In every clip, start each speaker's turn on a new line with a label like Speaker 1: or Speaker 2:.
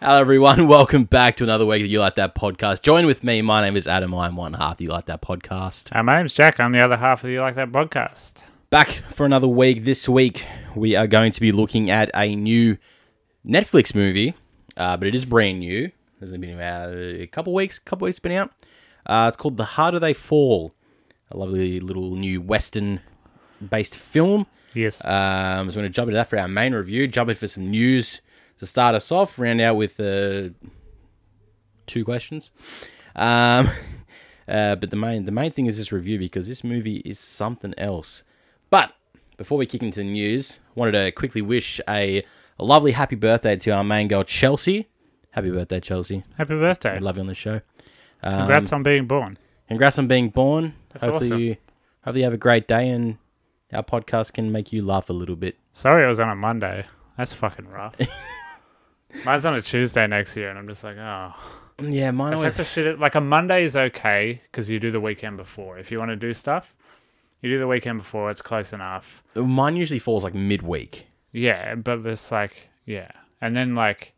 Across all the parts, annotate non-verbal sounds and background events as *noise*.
Speaker 1: Hello, everyone. *laughs* Welcome back to another week of You Like That podcast. Join with me. My name is Adam. I'm one half of You Like That podcast.
Speaker 2: Hi, my name's Jack. I'm the other half of the You Like That podcast.
Speaker 1: Back for another week. This week, we are going to be looking at a new Netflix movie, uh, but it is brand new. It's been about a couple weeks, couple weeks been out. Uh, it's called The Harder They Fall, a lovely little new Western based film.
Speaker 2: Yes.
Speaker 1: Um, so we're going to jump into that for our main review. Jump in for some news to start us off. Round out with uh, two questions. Um, *laughs* uh, but the main the main thing is this review because this movie is something else. But before we kick into the news, wanted to quickly wish a, a lovely happy birthday to our main girl Chelsea. Happy birthday, Chelsea!
Speaker 2: Happy birthday.
Speaker 1: I love you on the show. Um,
Speaker 2: Congrats on being born.
Speaker 1: Congrats on being born.
Speaker 2: That's
Speaker 1: hopefully
Speaker 2: awesome.
Speaker 1: you hopefully you have a great day and our podcast can make you laugh a little bit.
Speaker 2: Sorry it was on a Monday. That's fucking rough. Mine's on a Tuesday next year, and I'm just like, oh.
Speaker 1: Yeah, mine
Speaker 2: It's
Speaker 1: always
Speaker 2: like the shit. Like a Monday is okay because you do the weekend before. If you want to do stuff, you do the weekend before. It's close enough.
Speaker 1: Mine usually falls like midweek.
Speaker 2: Yeah, but it's like, yeah. And then, like,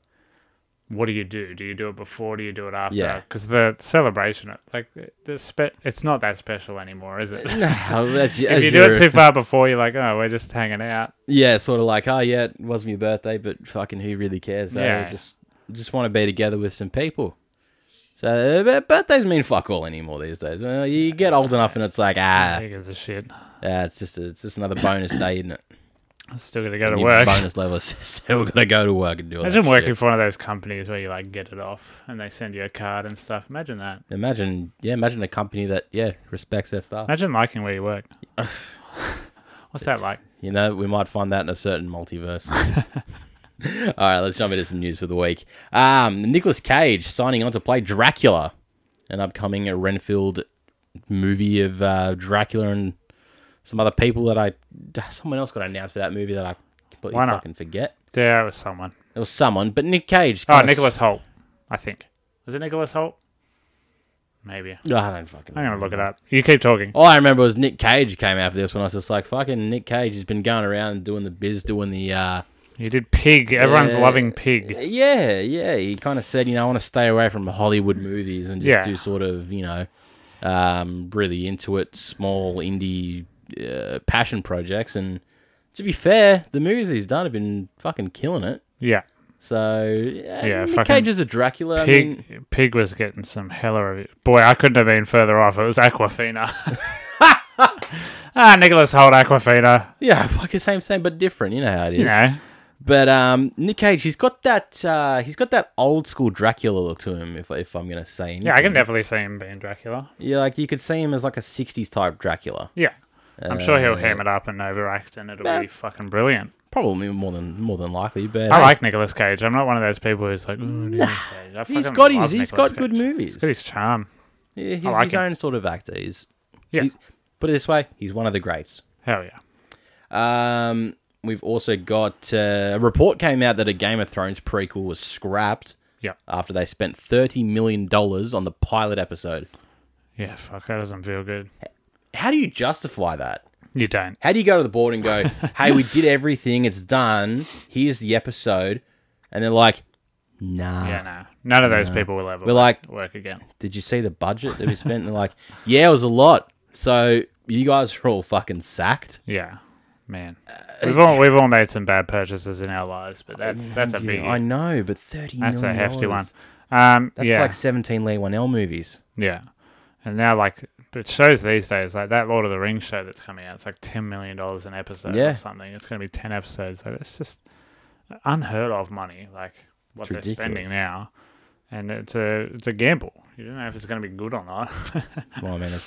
Speaker 2: what do you do? Do you do it before? Do you do it
Speaker 1: Yeah.
Speaker 2: after? Because the celebration, like, the spe- it's not that special anymore, is it? if you do
Speaker 1: *laughs*
Speaker 2: it too far before, you're like, oh, we're just hanging out.
Speaker 1: yeah, sort of like, oh yeah, it wasn't your birthday, but fucking who really cares? Yeah.
Speaker 2: Yeah.
Speaker 1: just just want to be together with some people. So uh, but birthdays mean fuck all anymore these days. Uh, you get old enough and it's like ah,
Speaker 2: Who gives a shit?
Speaker 1: yeah, it's just a, it's just another bonus day, isn't it?
Speaker 2: I'm still gonna go to
Speaker 1: New
Speaker 2: *laughs* work.
Speaker 1: Bonus level. *laughs* Still gotta go to work and do all
Speaker 2: Imagine
Speaker 1: that
Speaker 2: working
Speaker 1: shit.
Speaker 2: for one of those companies where you like get it off and they send you a card and stuff. Imagine that.
Speaker 1: Imagine yeah, imagine a company that yeah respects their staff.
Speaker 2: Imagine liking where
Speaker 1: *laughs*
Speaker 2: you work. What's that like?
Speaker 1: You know, we might find that in a certain
Speaker 2: *laughs*
Speaker 1: multiverse. All right, let's jump into some news for the week. Um, Nicholas Cage signing on to play Dracula, an upcoming Renfield movie of uh, Dracula and some other people that I someone else got announced for that movie that I completely
Speaker 2: Why not?
Speaker 1: fucking forget.
Speaker 2: There was someone.
Speaker 1: It was someone, but Nick Cage.
Speaker 2: Oh,
Speaker 1: kinda s-
Speaker 2: Nicholas Holt, I think. Was it Nicholas Holt? Maybe.
Speaker 1: Oh, I don't fucking.
Speaker 2: I'm gonna look it up. You keep talking.
Speaker 1: All I remember was Nick Cage came out for this when I was just like, fucking Nick Cage has been going around doing the biz, doing the. Uh,
Speaker 2: You did pig. Everyone's
Speaker 1: Yeah.
Speaker 2: loving pig.
Speaker 1: Yeah, yeah. He kind of said, you know, I want to stay away from Hollywood movies and just
Speaker 2: Yeah.
Speaker 1: do sort of, you know, um, really into it, small indie uh, passion projects. And to be fair, the movies that he's done have been fucking killing it.
Speaker 2: Yeah.
Speaker 1: So yeah,
Speaker 2: Yeah,
Speaker 1: Nick
Speaker 2: fucking
Speaker 1: Cage is a Dracula. I
Speaker 2: Pig,
Speaker 1: mean,
Speaker 2: pig was getting some hella review. Boy, I couldn't have been further off. It was Aquafina. *laughs* ah, Nicholas Holt, Aquafina.
Speaker 1: yeah, *laughs* fucking same, same, but different. You know how it is.
Speaker 2: You know,
Speaker 1: But um, Nick Cage, he's got that, uh, he's got that old school Dracula look to him. If if I'm gonna say, anything.
Speaker 2: yeah, I can definitely see him being Dracula.
Speaker 1: Yeah, like you could see him as like a '60s type Dracula.
Speaker 2: Yeah, I'm sure he'll
Speaker 1: Uh,
Speaker 2: ham it up and overact, and it'll
Speaker 1: Yeah.
Speaker 2: be fucking brilliant.
Speaker 1: Probably more than more than likely, but
Speaker 2: I
Speaker 1: hey,
Speaker 2: like Nicolas Cage. I'm not one of those people who's like, Ooh, Nicolas Cage. I
Speaker 1: he's
Speaker 2: fucking
Speaker 1: got
Speaker 2: love
Speaker 1: his he's
Speaker 2: Nicolas
Speaker 1: got good
Speaker 2: Cage.
Speaker 1: movies.
Speaker 2: He's got his charm.
Speaker 1: Yeah, he's
Speaker 2: like
Speaker 1: his
Speaker 2: him.
Speaker 1: own sort of actor. He's,
Speaker 2: Yeah,
Speaker 1: he's put it this way, he's one of the greats.
Speaker 2: hell yeah.
Speaker 1: Um, we've also got uh, a report came out that a Game of Thrones prequel was scrapped
Speaker 2: Yeah,
Speaker 1: after they spent thirty million dollars on the pilot episode.
Speaker 2: yeah. Fuck, that doesn't feel good.
Speaker 1: How do you justify that?
Speaker 2: You don't.
Speaker 1: How do you go to the board and
Speaker 2: *laughs*
Speaker 1: go, "Hey, we did everything. It's done. Here's the episode," and they're like, "Nah."
Speaker 2: Yeah, no. None of those people will ever
Speaker 1: We're
Speaker 2: work, work again.
Speaker 1: did you see the budget that we spent? And they're like, yeah, it was a lot. So you guys are all fucking sacked.
Speaker 2: Yeah, man.
Speaker 1: Uh,
Speaker 2: We've all we've all made some bad purchases in our lives, but that's that's a
Speaker 1: Yeah,
Speaker 2: big.
Speaker 1: I know, but thirty.
Speaker 2: That's a
Speaker 1: million
Speaker 2: hefty one.
Speaker 1: dollars.
Speaker 2: Um,
Speaker 1: That's
Speaker 2: yeah,
Speaker 1: like seventeen Lee One L movies.
Speaker 2: yeah. And now, like, but shows these days, like that Lord of the Rings show that's coming out, it's like ten million dollars an episode
Speaker 1: Yeah.
Speaker 2: or something. It's going to be ten episodes. Like, it's just unheard of money. Like what
Speaker 1: It's
Speaker 2: they're spending
Speaker 1: ridiculous.
Speaker 2: now, and it's a it's a gamble. You don't know if it's going to be good or not. *laughs*
Speaker 1: Well, I mean, that's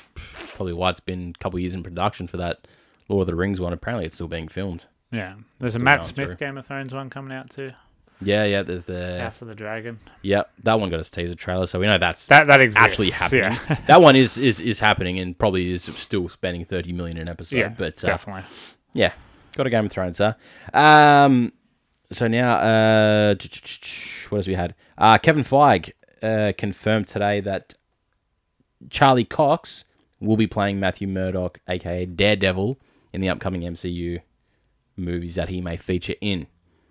Speaker 1: probably why it's been a couple years in production for that Lord of the Rings one. Apparently, it's still being filmed.
Speaker 2: yeah, there's a
Speaker 1: going
Speaker 2: Matt Smith
Speaker 1: through.
Speaker 2: Game of Thrones one coming out too.
Speaker 1: Yeah, yeah. There's the
Speaker 2: House of the Dragon.
Speaker 1: yep. That one got its teaser trailer, so we know that's
Speaker 2: That that exists.
Speaker 1: actually happening.
Speaker 2: Yeah,
Speaker 1: that one is, is is happening, and probably is still spending thirty million an episode.
Speaker 2: yeah,
Speaker 1: but uh,
Speaker 2: definitely.
Speaker 1: Yeah, got a Game of Thrones, sir. Um, so now, uh, ch- ch- ch- what else we had? Uh, Kevin Feige uh, confirmed today that Charlie Cox will be playing Matthew Murdoch, aka Daredevil, in the upcoming MCU movies that he may feature in.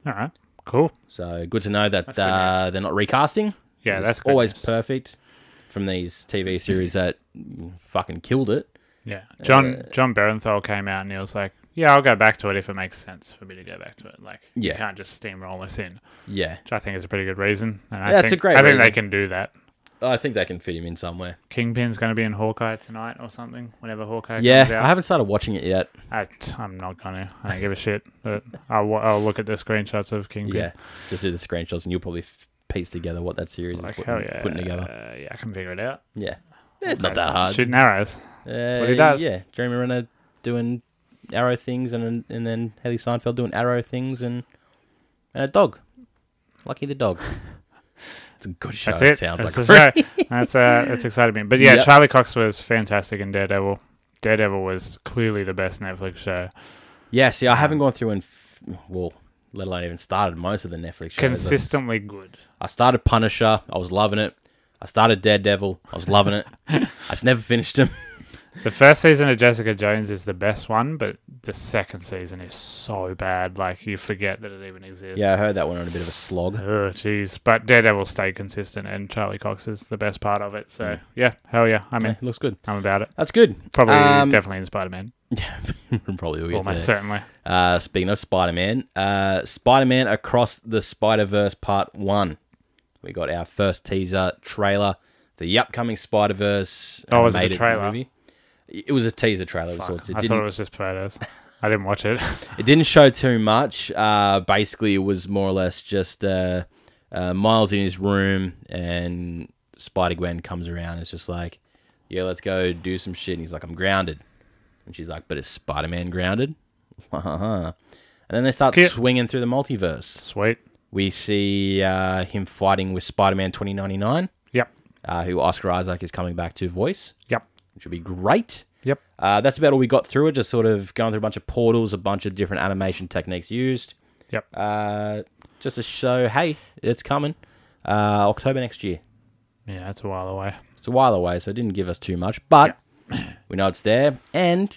Speaker 2: All right, Cool.
Speaker 1: So good to know that
Speaker 2: good
Speaker 1: uh, they're not recasting.
Speaker 2: Yeah,
Speaker 1: It was
Speaker 2: that's good
Speaker 1: always
Speaker 2: news.
Speaker 1: perfect from these TV series that fucking killed it.
Speaker 2: Yeah, John John Berenthal came out and he was like, "Yeah, I'll go back to it if it makes sense for me to go back to it. Like,
Speaker 1: Yeah.
Speaker 2: you can't just steamroll this in."
Speaker 1: Yeah,
Speaker 2: Which I think is a pretty good reason. And I
Speaker 1: That's a
Speaker 2: think,
Speaker 1: great
Speaker 2: I think
Speaker 1: reason.
Speaker 2: they can do that.
Speaker 1: I think they can fit him in somewhere.
Speaker 2: Kingpin's going to be in Hawkeye tonight or something. Whenever Hawkeye comes
Speaker 1: Yeah, I
Speaker 2: out,
Speaker 1: haven't started watching it yet.
Speaker 2: I am not gonna. I don't give a shit. But I'll, wa- I'll look at the screenshots of Kingpin.
Speaker 1: Yeah, just do the screenshots and you'll probably f- piece together what that series
Speaker 2: like
Speaker 1: is
Speaker 2: hell
Speaker 1: putting,
Speaker 2: yeah,
Speaker 1: putting together.
Speaker 2: Uh, yeah, I can figure it out.
Speaker 1: Yeah, Eh, not that hard.
Speaker 2: Shooting arrows.
Speaker 1: Uh,
Speaker 2: what he does.
Speaker 1: Yeah, Jeremy Renner doing arrow things, and then- and then Haley Seinfeld doing arrow things, and and a dog. Lucky the
Speaker 2: *laughs*
Speaker 1: dog. It's a good show.
Speaker 2: That's
Speaker 1: it,
Speaker 2: it.
Speaker 1: sounds
Speaker 2: that's
Speaker 1: like
Speaker 2: the show. *laughs* That's uh, that's exciting me. But yeah,
Speaker 1: Yep.
Speaker 2: Charlie Cox was fantastic in Daredevil. Daredevil was clearly the best Netflix show.
Speaker 1: yeah. See, I haven't gone through and f- well, let alone even started most of the Netflix shows.
Speaker 2: Consistently good.
Speaker 1: I started Punisher. I was loving it. I started Daredevil. I was loving
Speaker 2: *laughs*
Speaker 1: it. I just never finished him.
Speaker 2: The first season of Jessica Jones is the best one, but the second season is so bad, like you forget that it even exists.
Speaker 1: Yeah, I heard that one on a bit of a slog.
Speaker 2: Oh jeez, but Daredevil stayed consistent, and Charlie Cox is the best part of it. So yeah, hell yeah, I'm
Speaker 1: Yeah,
Speaker 2: in.
Speaker 1: it looks good.
Speaker 2: I'm about it.
Speaker 1: That's good. *laughs*
Speaker 2: Probably
Speaker 1: Um,
Speaker 2: definitely in Spider Man.
Speaker 1: Probably we'll get to
Speaker 2: Almost
Speaker 1: that.
Speaker 2: certainly.
Speaker 1: Uh, speaking of Spider Man, uh, Spider Man Across the Spider Verse Part 1. We got our first teaser trailer, the upcoming Spider Verse.
Speaker 2: Oh, was it a trailer?
Speaker 1: It was a teaser trailer of
Speaker 2: Fuck,
Speaker 1: sorts. It
Speaker 2: I thought it
Speaker 1: didn't,
Speaker 2: was just photos. I didn't watch it. *laughs*
Speaker 1: it didn't show too much. Uh, basically, it was more or less just uh, uh, Miles in his room, and Spider Gwen comes around. And it's just like, yeah, let's go do some shit. And he's like, I'm grounded. And she's like, but is Spider Man grounded? *laughs* and then they start
Speaker 2: Cute.
Speaker 1: swinging through the multiverse.
Speaker 2: Sweet.
Speaker 1: We see uh, him fighting with Spider Man 2099,
Speaker 2: Yep.
Speaker 1: uh, who Oscar Isaac is coming back to voice,
Speaker 2: Yep.
Speaker 1: which will be great.
Speaker 2: Yep.
Speaker 1: Uh, that's about all we got through it. Just sort of going through a bunch of portals, a bunch of different animation techniques used.
Speaker 2: Yep.
Speaker 1: Uh, just to show, hey, it's coming. Uh, October next year.
Speaker 2: Yeah, it's a while away.
Speaker 1: It's a while away, so it didn't give us too much, but *clears throat* we know it's there. And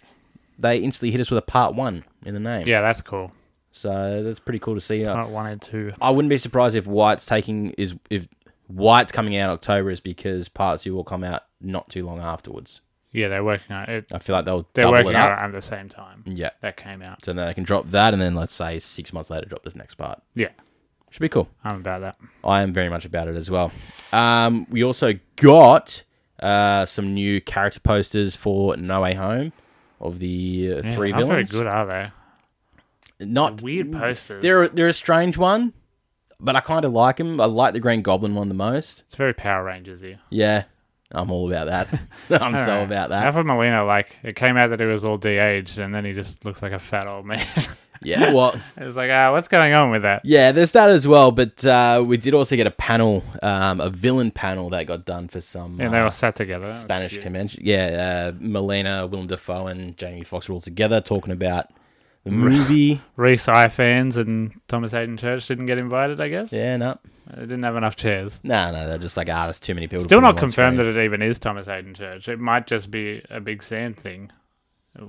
Speaker 1: they instantly hit us with a part one in the name.
Speaker 2: Yeah, that's cool.
Speaker 1: So that's pretty cool to see. Uh,
Speaker 2: I wanted to.
Speaker 1: I wouldn't be surprised if White's taking is if White's coming out in October is because Part Two will come out not too long afterwards.
Speaker 2: Yeah, they're working on it.
Speaker 1: I feel like they'll
Speaker 2: They're
Speaker 1: double
Speaker 2: working
Speaker 1: it
Speaker 2: on
Speaker 1: up.
Speaker 2: it at the same time.
Speaker 1: Yeah.
Speaker 2: That came out.
Speaker 1: So then they can drop that, and then let's say six months later, drop this next part.
Speaker 2: Yeah,
Speaker 1: Should be cool.
Speaker 2: I'm about that.
Speaker 1: I am very much about it as well. Um, we also got uh, some new character posters for No Way Home of the uh,
Speaker 2: Yeah,
Speaker 1: three
Speaker 2: not
Speaker 1: villains.
Speaker 2: very good, are they?
Speaker 1: Not
Speaker 2: Weird posters.
Speaker 1: They're they're a strange one, but I kind of like them. I like the Green Goblin one the most.
Speaker 2: It's very Power Rangers here.
Speaker 1: Yeah, I'm all about that. *laughs* I'm so
Speaker 2: Alright.
Speaker 1: about that.
Speaker 2: Alfred Molina, like, it came out that he was all de-aged, and then he just looks like a fat old man. *laughs*
Speaker 1: Yeah, well,
Speaker 2: it's like, ah, what's going on with that?
Speaker 1: yeah, there's that as well. But uh, we did also get a panel, um, a villain panel that got done for some
Speaker 2: And they
Speaker 1: uh,
Speaker 2: all sat together. That was
Speaker 1: Spanish
Speaker 2: cute.
Speaker 1: convention. Yeah, uh, Melina, Willem Dafoe, and Jamie Foxx were all together talking about the movie.
Speaker 2: Reese Ifans and Thomas Hayden Church didn't get invited, I guess.
Speaker 1: yeah, no,
Speaker 2: They didn't have enough chairs.
Speaker 1: no, no, they're just like, ah, there's too many people. to
Speaker 2: Still
Speaker 1: put on
Speaker 2: not
Speaker 1: one
Speaker 2: confirmed
Speaker 1: screen.
Speaker 2: that it even is Thomas Hayden Church. It might just be a big sand thing,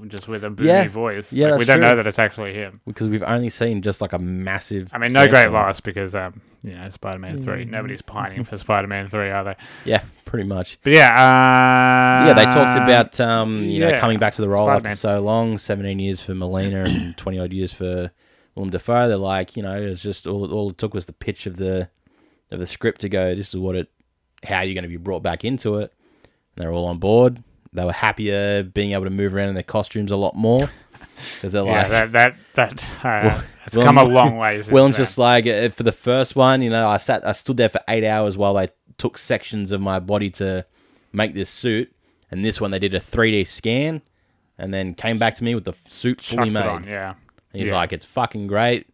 Speaker 2: just with a boomy
Speaker 1: Yeah.
Speaker 2: voice.
Speaker 1: Yeah,
Speaker 2: Like, we
Speaker 1: that's
Speaker 2: don't know
Speaker 1: true.
Speaker 2: that it's actually him.
Speaker 1: because we've only seen just like a massive.
Speaker 2: I mean, no great
Speaker 1: sample.
Speaker 2: loss because, um, you know, Spider-Man 3.
Speaker 1: *laughs*
Speaker 2: Nobody's pining for Spider-Man 3, are they?
Speaker 1: Yeah, pretty much.
Speaker 2: But yeah. Uh,
Speaker 1: Yeah, they talked about um, you know
Speaker 2: yeah,
Speaker 1: coming back to the role
Speaker 2: Spider-Man.
Speaker 1: after so long, seventeen years for Molina
Speaker 2: *clears throat*
Speaker 1: and twenty odd years for Willem Dafoe. They're like, you know, it's just all, all it took was the pitch of the of the script to go. This is what it, how you're going to be brought back into it. And they're all on board. They were happier being able to move around in their costumes a lot more because they're
Speaker 2: *laughs* Yeah,
Speaker 1: like,
Speaker 2: that that that uh, it's
Speaker 1: Willem-
Speaker 2: come
Speaker 1: *laughs*
Speaker 2: a long way. Since
Speaker 1: Well, I'm
Speaker 2: then.
Speaker 1: just like uh, for the first one, you know, I sat, I stood there for eight hours while they took sections of my body to make this suit, and this one they did a 3D scan, and then came back to me with the suit fully
Speaker 2: Chucked it
Speaker 1: made.
Speaker 2: on, yeah.
Speaker 1: And he's
Speaker 2: Yeah.
Speaker 1: like, it's fucking great.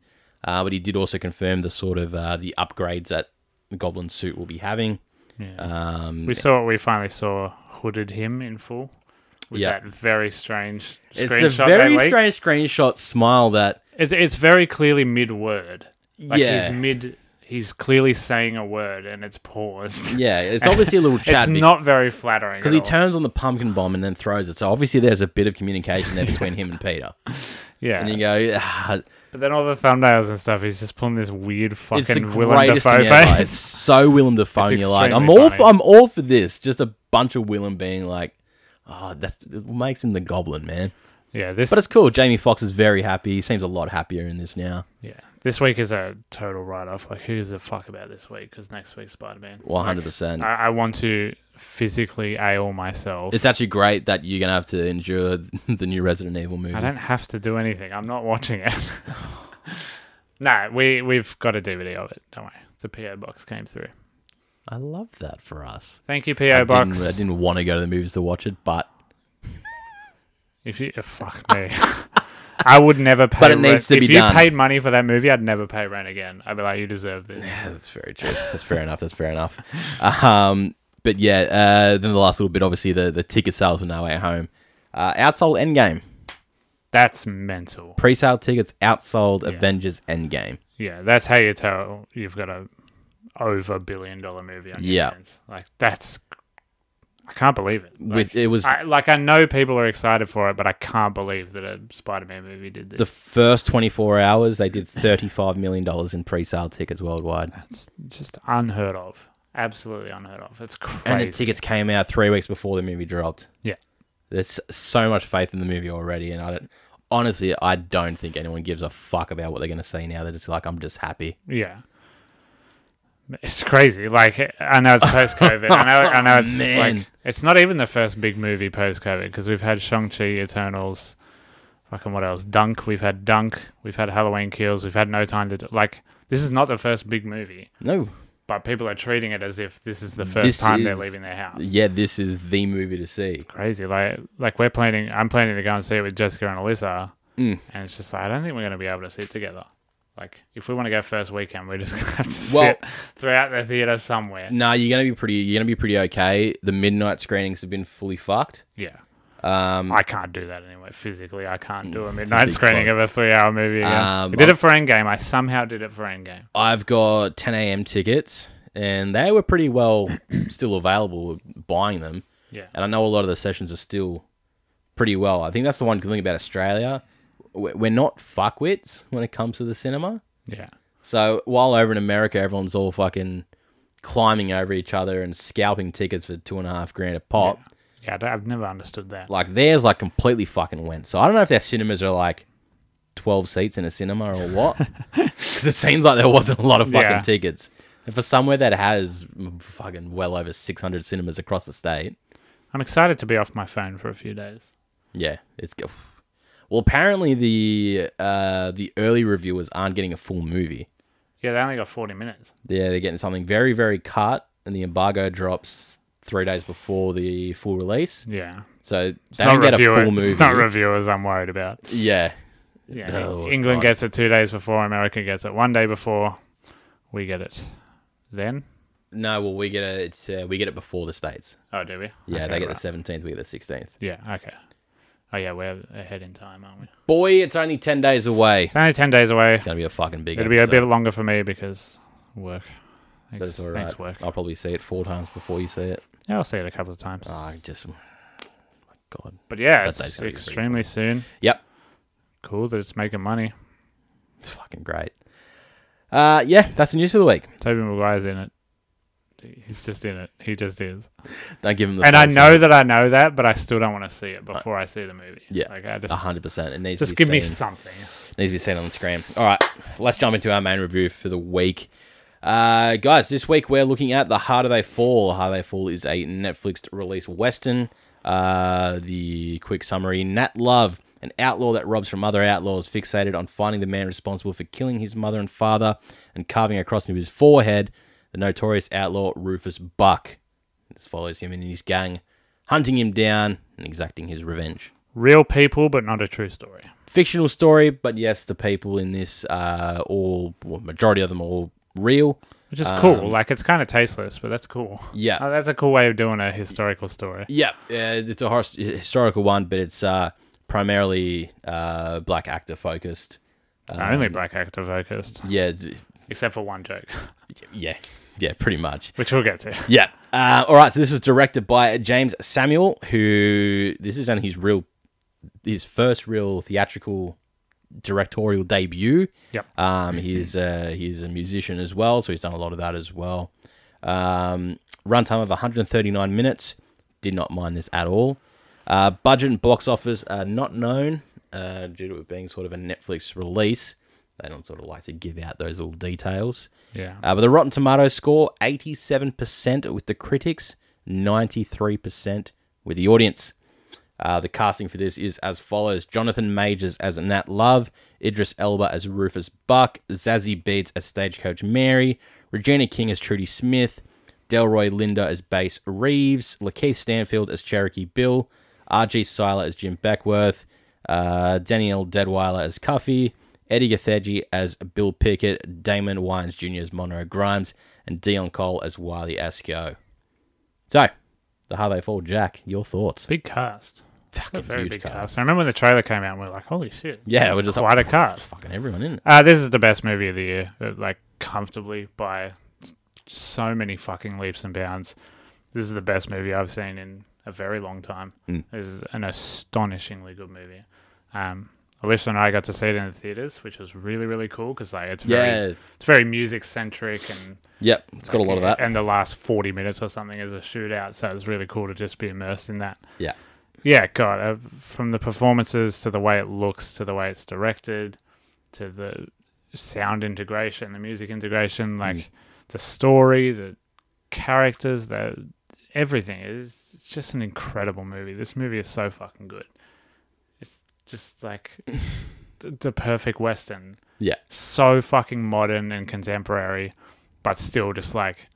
Speaker 1: Uh, but he did also confirm the sort of uh, the upgrades that the Goblin suit will be having.
Speaker 2: Yeah.
Speaker 1: Um,
Speaker 2: we saw we finally saw hooded him in full with
Speaker 1: Yeah.
Speaker 2: that very strange
Speaker 1: it's
Speaker 2: screenshot.
Speaker 1: a very
Speaker 2: they leaked.
Speaker 1: strange screenshot smile that
Speaker 2: It's it's very clearly mid word. Like
Speaker 1: Yeah.
Speaker 2: he's mid. He's clearly saying a word and it's *laughs* paused.
Speaker 1: yeah, it's obviously a little
Speaker 2: it's
Speaker 1: chat
Speaker 2: not very flattering.
Speaker 1: because
Speaker 2: at
Speaker 1: he
Speaker 2: all.
Speaker 1: turns on the pumpkin bomb and then throws it. So obviously there's a bit of communication there between him and Peter.
Speaker 2: Yeah.
Speaker 1: And you go, ah,
Speaker 2: But then all the thumbnails and stuff, he's just pulling this weird fucking
Speaker 1: it's the
Speaker 2: Willem
Speaker 1: greatest
Speaker 2: Dafoe
Speaker 1: thing ever. It's
Speaker 2: face.
Speaker 1: so Willem Dafoe.
Speaker 2: It's
Speaker 1: and You're like, I'm
Speaker 2: extremely
Speaker 1: all,
Speaker 2: funny.
Speaker 1: for, I'm all for this. Just a bunch of Willem being like, oh, that's it makes him the Goblin, man.
Speaker 2: *laughs* yeah, this
Speaker 1: But it's cool. Jamie Foxx is very happy. He seems a lot happier in this now.
Speaker 2: yeah this week is a total write off. Like, who's the fuck about this week? Because next week's Spider Man.
Speaker 1: 100. percent
Speaker 2: I, I want to physically ail myself.
Speaker 1: It's actually great that you're gonna have to endure *laughs* the new Resident Evil movie.
Speaker 2: I don't have to do anything. I'm not watching it. *laughs* no, we we've got a DVD of it. Don't worry. The PO box came through.
Speaker 1: I love that for us.
Speaker 2: Thank you,
Speaker 1: I
Speaker 2: PO
Speaker 1: didn't,
Speaker 2: box.
Speaker 1: I didn't want to go to the movies to watch it, but
Speaker 2: If you oh, fuck me, *laughs* I would never pay.
Speaker 1: But it
Speaker 2: rent.
Speaker 1: needs to
Speaker 2: if
Speaker 1: be
Speaker 2: you
Speaker 1: done.
Speaker 2: paid money for that movie, I'd never pay rent again. I'd be like, you deserve this.
Speaker 1: Yeah, *laughs* that's very true. That's fair enough. That's fair enough. Um, but yeah, uh, then the last little bit, obviously, the, the ticket sales from No Way Home. Uh, outsold Endgame.
Speaker 2: That's mental.
Speaker 1: Pre sale tickets outsold Avengers Endgame.
Speaker 2: Yeah, that's how you tell you've got a over billion dollar movie on your
Speaker 1: Yeah.
Speaker 2: hands. Like that's, I can't believe it. Like,
Speaker 1: With It was
Speaker 2: I, like I know people are excited for it, but I can't believe that a Spider-Man movie did this.
Speaker 1: the first 24 hours, they did $35 million in pre sale tickets worldwide.
Speaker 2: That's just unheard of. Absolutely unheard of. It's crazy.
Speaker 1: And the tickets came out three weeks before the movie dropped.
Speaker 2: Yeah.
Speaker 1: There's so much faith in the movie already. And I don't, honestly, I don't think anyone gives a fuck about what they're going to say now. They're just like, I'm just happy.
Speaker 2: Yeah. It's crazy. Like I know it's post COVID. I know. I
Speaker 1: *laughs*
Speaker 2: know it's
Speaker 1: Oh, Man.
Speaker 2: like it's not even the first big movie post COVID because we've had Shang Chi, Eternals, fucking what else? Dunk. We've had Dunk. We've had Halloween Kills. We've had No Time to D- like. This is not the first big movie,
Speaker 1: No.
Speaker 2: but people are treating it as if this is the first
Speaker 1: Mm. This
Speaker 2: time they're
Speaker 1: is-
Speaker 2: leaving their house.
Speaker 1: Yeah, this is the movie to see.
Speaker 2: Crazy. Like like we're planning. I'm planning to go and see it with Jessica and Alyssa,
Speaker 1: Mm.
Speaker 2: and it's just like I don't think we're gonna be able to sit together. Like if we want to go first weekend, we're just *laughs* gonna have to
Speaker 1: Well-
Speaker 2: sit throughout the theater somewhere.
Speaker 1: Nah, you're gonna be pretty. You're gonna be pretty okay. The midnight screenings have been fully fucked.
Speaker 2: Yeah.
Speaker 1: Um, Mm,
Speaker 2: I can't do that anyway. Physically, I can't do a
Speaker 1: it's a
Speaker 2: midnight
Speaker 1: big
Speaker 2: screening
Speaker 1: slog.
Speaker 2: of a three-hour movie. Again.
Speaker 1: Um,
Speaker 2: I did
Speaker 1: I-
Speaker 2: it for Endgame. I somehow did it for Endgame.
Speaker 1: I've got 10 a.m. tickets, and they were pretty well *coughs* still available. Buying them,
Speaker 2: Yeah.
Speaker 1: and I know a lot of the sessions are still pretty well. I think that's the one good thing about Australia. We- We're not fuckwits when it comes to the cinema.
Speaker 2: Yeah.
Speaker 1: So while over in America, everyone's all fucking climbing over each other and scalping tickets for two and a half grand a pop.
Speaker 2: Yeah. I don't- I've never understood that.
Speaker 1: like theirs like completely fucking went. So I don't know if their cinemas are like twelve seats in a cinema or
Speaker 2: *laughs*
Speaker 1: what, because it seems like there wasn't a lot of fucking
Speaker 2: Yeah.
Speaker 1: tickets. And for somewhere that has mm, fucking well over six hundred cinemas across the state,
Speaker 2: I'm excited to be off my phone for a few days.
Speaker 1: yeah, it's go- well. Apparently the uh, the early reviewers aren't getting a full movie.
Speaker 2: Yeah, they only got 40 minutes.
Speaker 1: Yeah, they're getting something very very cut, and the embargo drops three days before the full release,
Speaker 2: Yeah.
Speaker 1: so
Speaker 2: It's
Speaker 1: they don't get a
Speaker 2: reviewer-
Speaker 1: full movie.
Speaker 2: It's not reviewers I'm worried about.
Speaker 1: yeah,
Speaker 2: Yeah,
Speaker 1: Oh,
Speaker 2: England
Speaker 1: God.
Speaker 2: gets it two days before, America gets it one day before, we get it then.
Speaker 1: no, well we get a, it's uh, we get it before the states.
Speaker 2: Oh, do we?
Speaker 1: Yeah,
Speaker 2: Okay,
Speaker 1: they get
Speaker 2: right.
Speaker 1: the seventeenth, we get the sixteenth.
Speaker 2: Yeah, okay. Oh, yeah, we're ahead in time, aren't we?
Speaker 1: Boy, it's only ten days away.
Speaker 2: It's only 10 days away.
Speaker 1: It's gonna be a fucking big.
Speaker 2: It'll be a
Speaker 1: episode,
Speaker 2: bit longer for me because work.
Speaker 1: but
Speaker 2: Thanks,
Speaker 1: it's all
Speaker 2: thanks
Speaker 1: right.
Speaker 2: work.
Speaker 1: I'll probably see it four times before you see it.
Speaker 2: Yeah, I'll see it a couple of times.
Speaker 1: Oh, I just, my God.
Speaker 2: but yeah,
Speaker 1: that
Speaker 2: it's
Speaker 1: day's gonna be pretty
Speaker 2: extremely soon.
Speaker 1: Yep,
Speaker 2: Cool that it's making money.
Speaker 1: it's fucking great. Uh, yeah, that's the news for the week.
Speaker 2: Toby Maguire's in it. He's just in it. He just is.
Speaker 1: Don't give him the.
Speaker 2: and I know that I know that, but I still don't want to see it before I see the movie.
Speaker 1: Yeah. Ah,
Speaker 2: Like, I just,
Speaker 1: hundred percent. It needs
Speaker 2: just
Speaker 1: to be
Speaker 2: give me
Speaker 1: seen.
Speaker 2: something.
Speaker 1: needs to be seen on the screen. All right, let's jump into our main review for the week. Uh, guys, this week we're looking at The Harder They Fall. Harder They Fall is a Netflix release Western. Uh, the quick summary Nat Love, an outlaw that robs from other outlaws, fixated on finding the man responsible for killing his mother and father and carving a cross into his forehead, the notorious outlaw Rufus Buck. This follows him and his gang, hunting him down and exacting his revenge
Speaker 2: Real people, but not a true story.
Speaker 1: fictional story, but yes, the people in this are all, well, majority of them are all real.
Speaker 2: Which is
Speaker 1: Um,
Speaker 2: cool. Like it's kind of tasteless, but that's cool.
Speaker 1: Yeah.
Speaker 2: Oh, that's a cool way of doing a historical story.
Speaker 1: Uh, Yeah, uh, it's a hor- historical one, but it's uh, primarily uh, black actor focused. um,
Speaker 2: Only black actor focused,
Speaker 1: Yeah, d-
Speaker 2: except for one joke, *laughs*
Speaker 1: yeah, yeah, pretty much.
Speaker 2: which we'll get to.
Speaker 1: Yeah. Uh, all right. So this was directed by James Samuel, who this is only his real, his first real theatrical directorial debut.
Speaker 2: Yep.
Speaker 1: Um, he's uh, he's a musician as well, so he's done a lot of that as well. Um, runtime of 139 minutes. Did not mind this at all. Uh, budget and box office are not known uh, due to it being sort of a Netflix release. They don't sort of like to give out those little details.
Speaker 2: Yeah.
Speaker 1: Uh, but the Rotten Tomatoes score 87% with the critics, 93% with the audience. Uh, the casting for this is as follows Jonathan Majors as Nat Love, Idris Elba as Rufus Buck, Zazie Beats as Stagecoach Mary, Regina King as Trudy Smith, Delroy Linda as Bass Reeves, Lakeith Stanfield as Cherokee Bill, R.G. Seiler as Jim Beckworth, uh, Danielle Deadweiler as Cuffy, Eddie Gathegi as Bill Pickett, Damon Wines Jr. as Monroe Grimes, and Dion Cole as Wiley Askew. So, the How They Fall Jack, your thoughts?
Speaker 2: Big cast.
Speaker 1: Fucking
Speaker 2: A very
Speaker 1: huge
Speaker 2: big cast.
Speaker 1: cast.
Speaker 2: I remember when the trailer came out and we were like, holy shit.
Speaker 1: Yeah,
Speaker 2: that's
Speaker 1: we're just
Speaker 2: quite
Speaker 1: like-
Speaker 2: a cast.
Speaker 1: Fucking everyone, isn't it?
Speaker 2: Uh, this is the best movie of the year, uh, like comfortably by so many fucking leaps and bounds. This is the best movie I've seen in a very long time.
Speaker 1: Mm.
Speaker 2: This is an astonishingly good movie. Um, Alyssa and I got to see it in the theaters, which was really really cool because like it's very
Speaker 1: Yeah.
Speaker 2: it's very music centric and
Speaker 1: Yep. It's got a lot of that.
Speaker 2: And the last forty minutes or something is a shootout, so it's really cool to just be immersed in that.
Speaker 1: Yeah.
Speaker 2: Yeah, God, uh, from the performances to the way it looks to the way it's directed to the sound integration, the music integration, like the story, the characters, the everything. It's just an incredible movie. This movie is so fucking good. It's just like the, the perfect western.
Speaker 1: Yeah.
Speaker 2: So fucking modern and contemporary, but still just like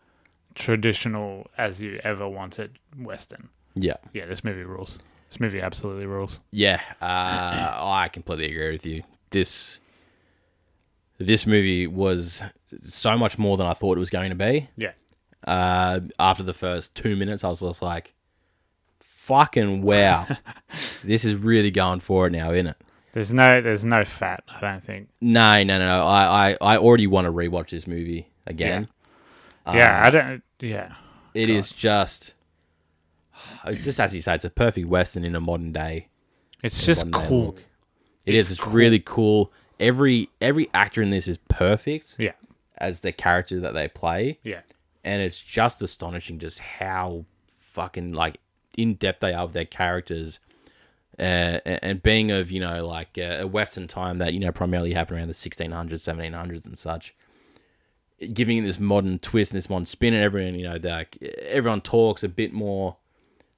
Speaker 2: traditional as you ever wanted western.
Speaker 1: Yeah.
Speaker 2: Yeah, this movie rules. This movie absolutely rules.
Speaker 1: Yeah. Uh, I completely agree with you. This this movie was so much more than I thought it was going to be.
Speaker 2: Yeah.
Speaker 1: Uh, after the first two minutes, I was just like, "Fucking wow, this is really going for it now, isn't it?"
Speaker 2: There's no there's no fat, I don't think.
Speaker 1: No, no, no, no. I, I, I already want to rewatch this movie again.
Speaker 2: yeah, I don't yeah.
Speaker 1: It is just, it's just as you say, it's a perfect western in a modern day.
Speaker 2: It's just
Speaker 1: modern day
Speaker 2: cool.
Speaker 1: look. It is. It's really cool. Every every actor in this is perfect
Speaker 2: Yeah.
Speaker 1: as the character that they play,
Speaker 2: Yeah.
Speaker 1: and it's just astonishing just how fucking like in depth they are with their characters, uh, a- and being of you know like uh, a Western time that you know primarily happened around the 1600s, 1700s, and such. Giving it this modern twist and this modern spin, and everyone you know they're like everyone talks a bit more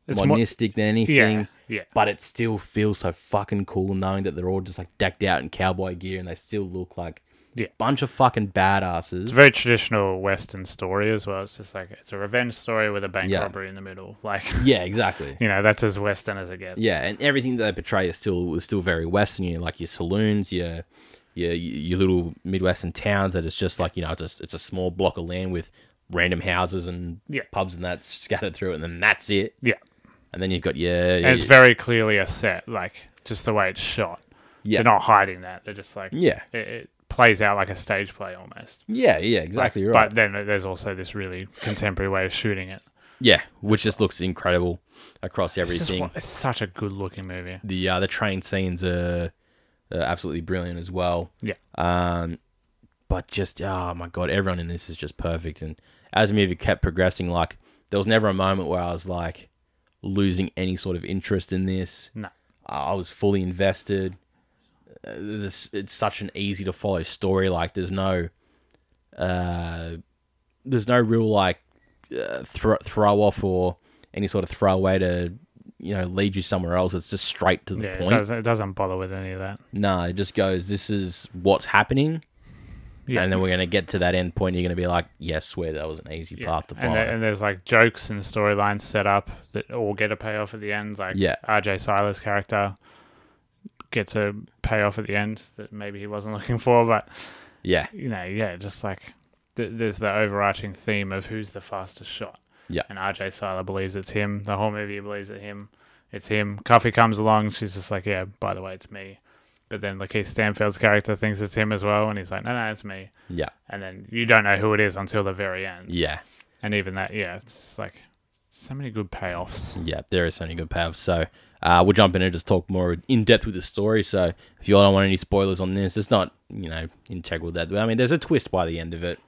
Speaker 2: It's mo-
Speaker 1: modernistic than anything
Speaker 2: Yeah. Yeah.
Speaker 1: but it still feels so fucking cool knowing that they're all just like decked out in cowboy gear and they still look like
Speaker 2: Yeah.
Speaker 1: bunch of fucking badasses.
Speaker 2: It's a very traditional Western story as well. It's just like it's a revenge story with a bank
Speaker 1: Yeah.
Speaker 2: robbery in the middle. *laughs* Like
Speaker 1: yeah, exactly.
Speaker 2: you know, that's as Western as it gets.
Speaker 1: Yeah, and everything that they portray is still is still very Western. You know, like your saloons, your your your little Midwestern towns that it's just like you know it's a, it's a small block of land with random houses and
Speaker 2: Yeah.
Speaker 1: pubs and that scattered through it, and then that's it.
Speaker 2: Yeah.
Speaker 1: And then you've got your,
Speaker 2: And it's very clearly a set, like just the way it's shot.
Speaker 1: Yeah.
Speaker 2: They're not hiding that. They're just like
Speaker 1: yeah
Speaker 2: it, it plays out like a stage play almost.
Speaker 1: yeah yeah exactly
Speaker 2: Like,
Speaker 1: right.
Speaker 2: But then there's also this really contemporary way of shooting it.
Speaker 1: yeah, which just looks incredible across
Speaker 2: It's, just,
Speaker 1: everything.
Speaker 2: one- it's such a good looking movie.
Speaker 1: the uh, the train scenes are, are uh, absolutely brilliant as well.
Speaker 2: Yeah.
Speaker 1: Um, but just oh my god, everyone in this is just perfect. And as the movie kept progressing, like there was never a moment where I was like losing any sort of interest in this.
Speaker 2: No.
Speaker 1: I I was fully invested. Uh, This it's such an easy to follow story. Like there's no, uh, there's no real like uh, throw throw off or any sort of throwaway to you know lead you somewhere else. It's just straight to the
Speaker 2: Yeah, it
Speaker 1: point.
Speaker 2: doesn't, it doesn't bother with any of that.
Speaker 1: No, it just goes, this is what's happening.
Speaker 2: Yeah.
Speaker 1: And then we're going to get to that end point. You're going to be like, yes, swear, that was an easy
Speaker 2: Yeah.
Speaker 1: path to
Speaker 2: and,
Speaker 1: follow.
Speaker 2: there- and there's like jokes and storylines set up that all get a payoff at the end. Like
Speaker 1: Yeah.
Speaker 2: RJ Siler's character gets a payoff at the end that maybe he wasn't *laughs* looking for, but
Speaker 1: yeah.
Speaker 2: you know, yeah, just like th- there's the overarching theme of who's the fastest shot.
Speaker 1: Yeah.
Speaker 2: And RJ Siler believes it's him. The whole movie believes it's him. It's him. Coffee comes along. She's just like, yeah, by the way, it's me. But then Lakeith Stanfield's character thinks it's him as well. And he's like, no, no, it's me.
Speaker 1: Yeah.
Speaker 2: And then you don't know who it is until the very end.
Speaker 1: Yeah.
Speaker 2: And even that, yeah, it's just like So many
Speaker 1: *laughs*
Speaker 2: good payoffs.
Speaker 1: Yeah, there is so many good paths. So uh, we'll jump in and just talk more in depth with the story. So if you all don't want any spoilers on this, it's not you know integral that. I mean, there's a twist by the end of it,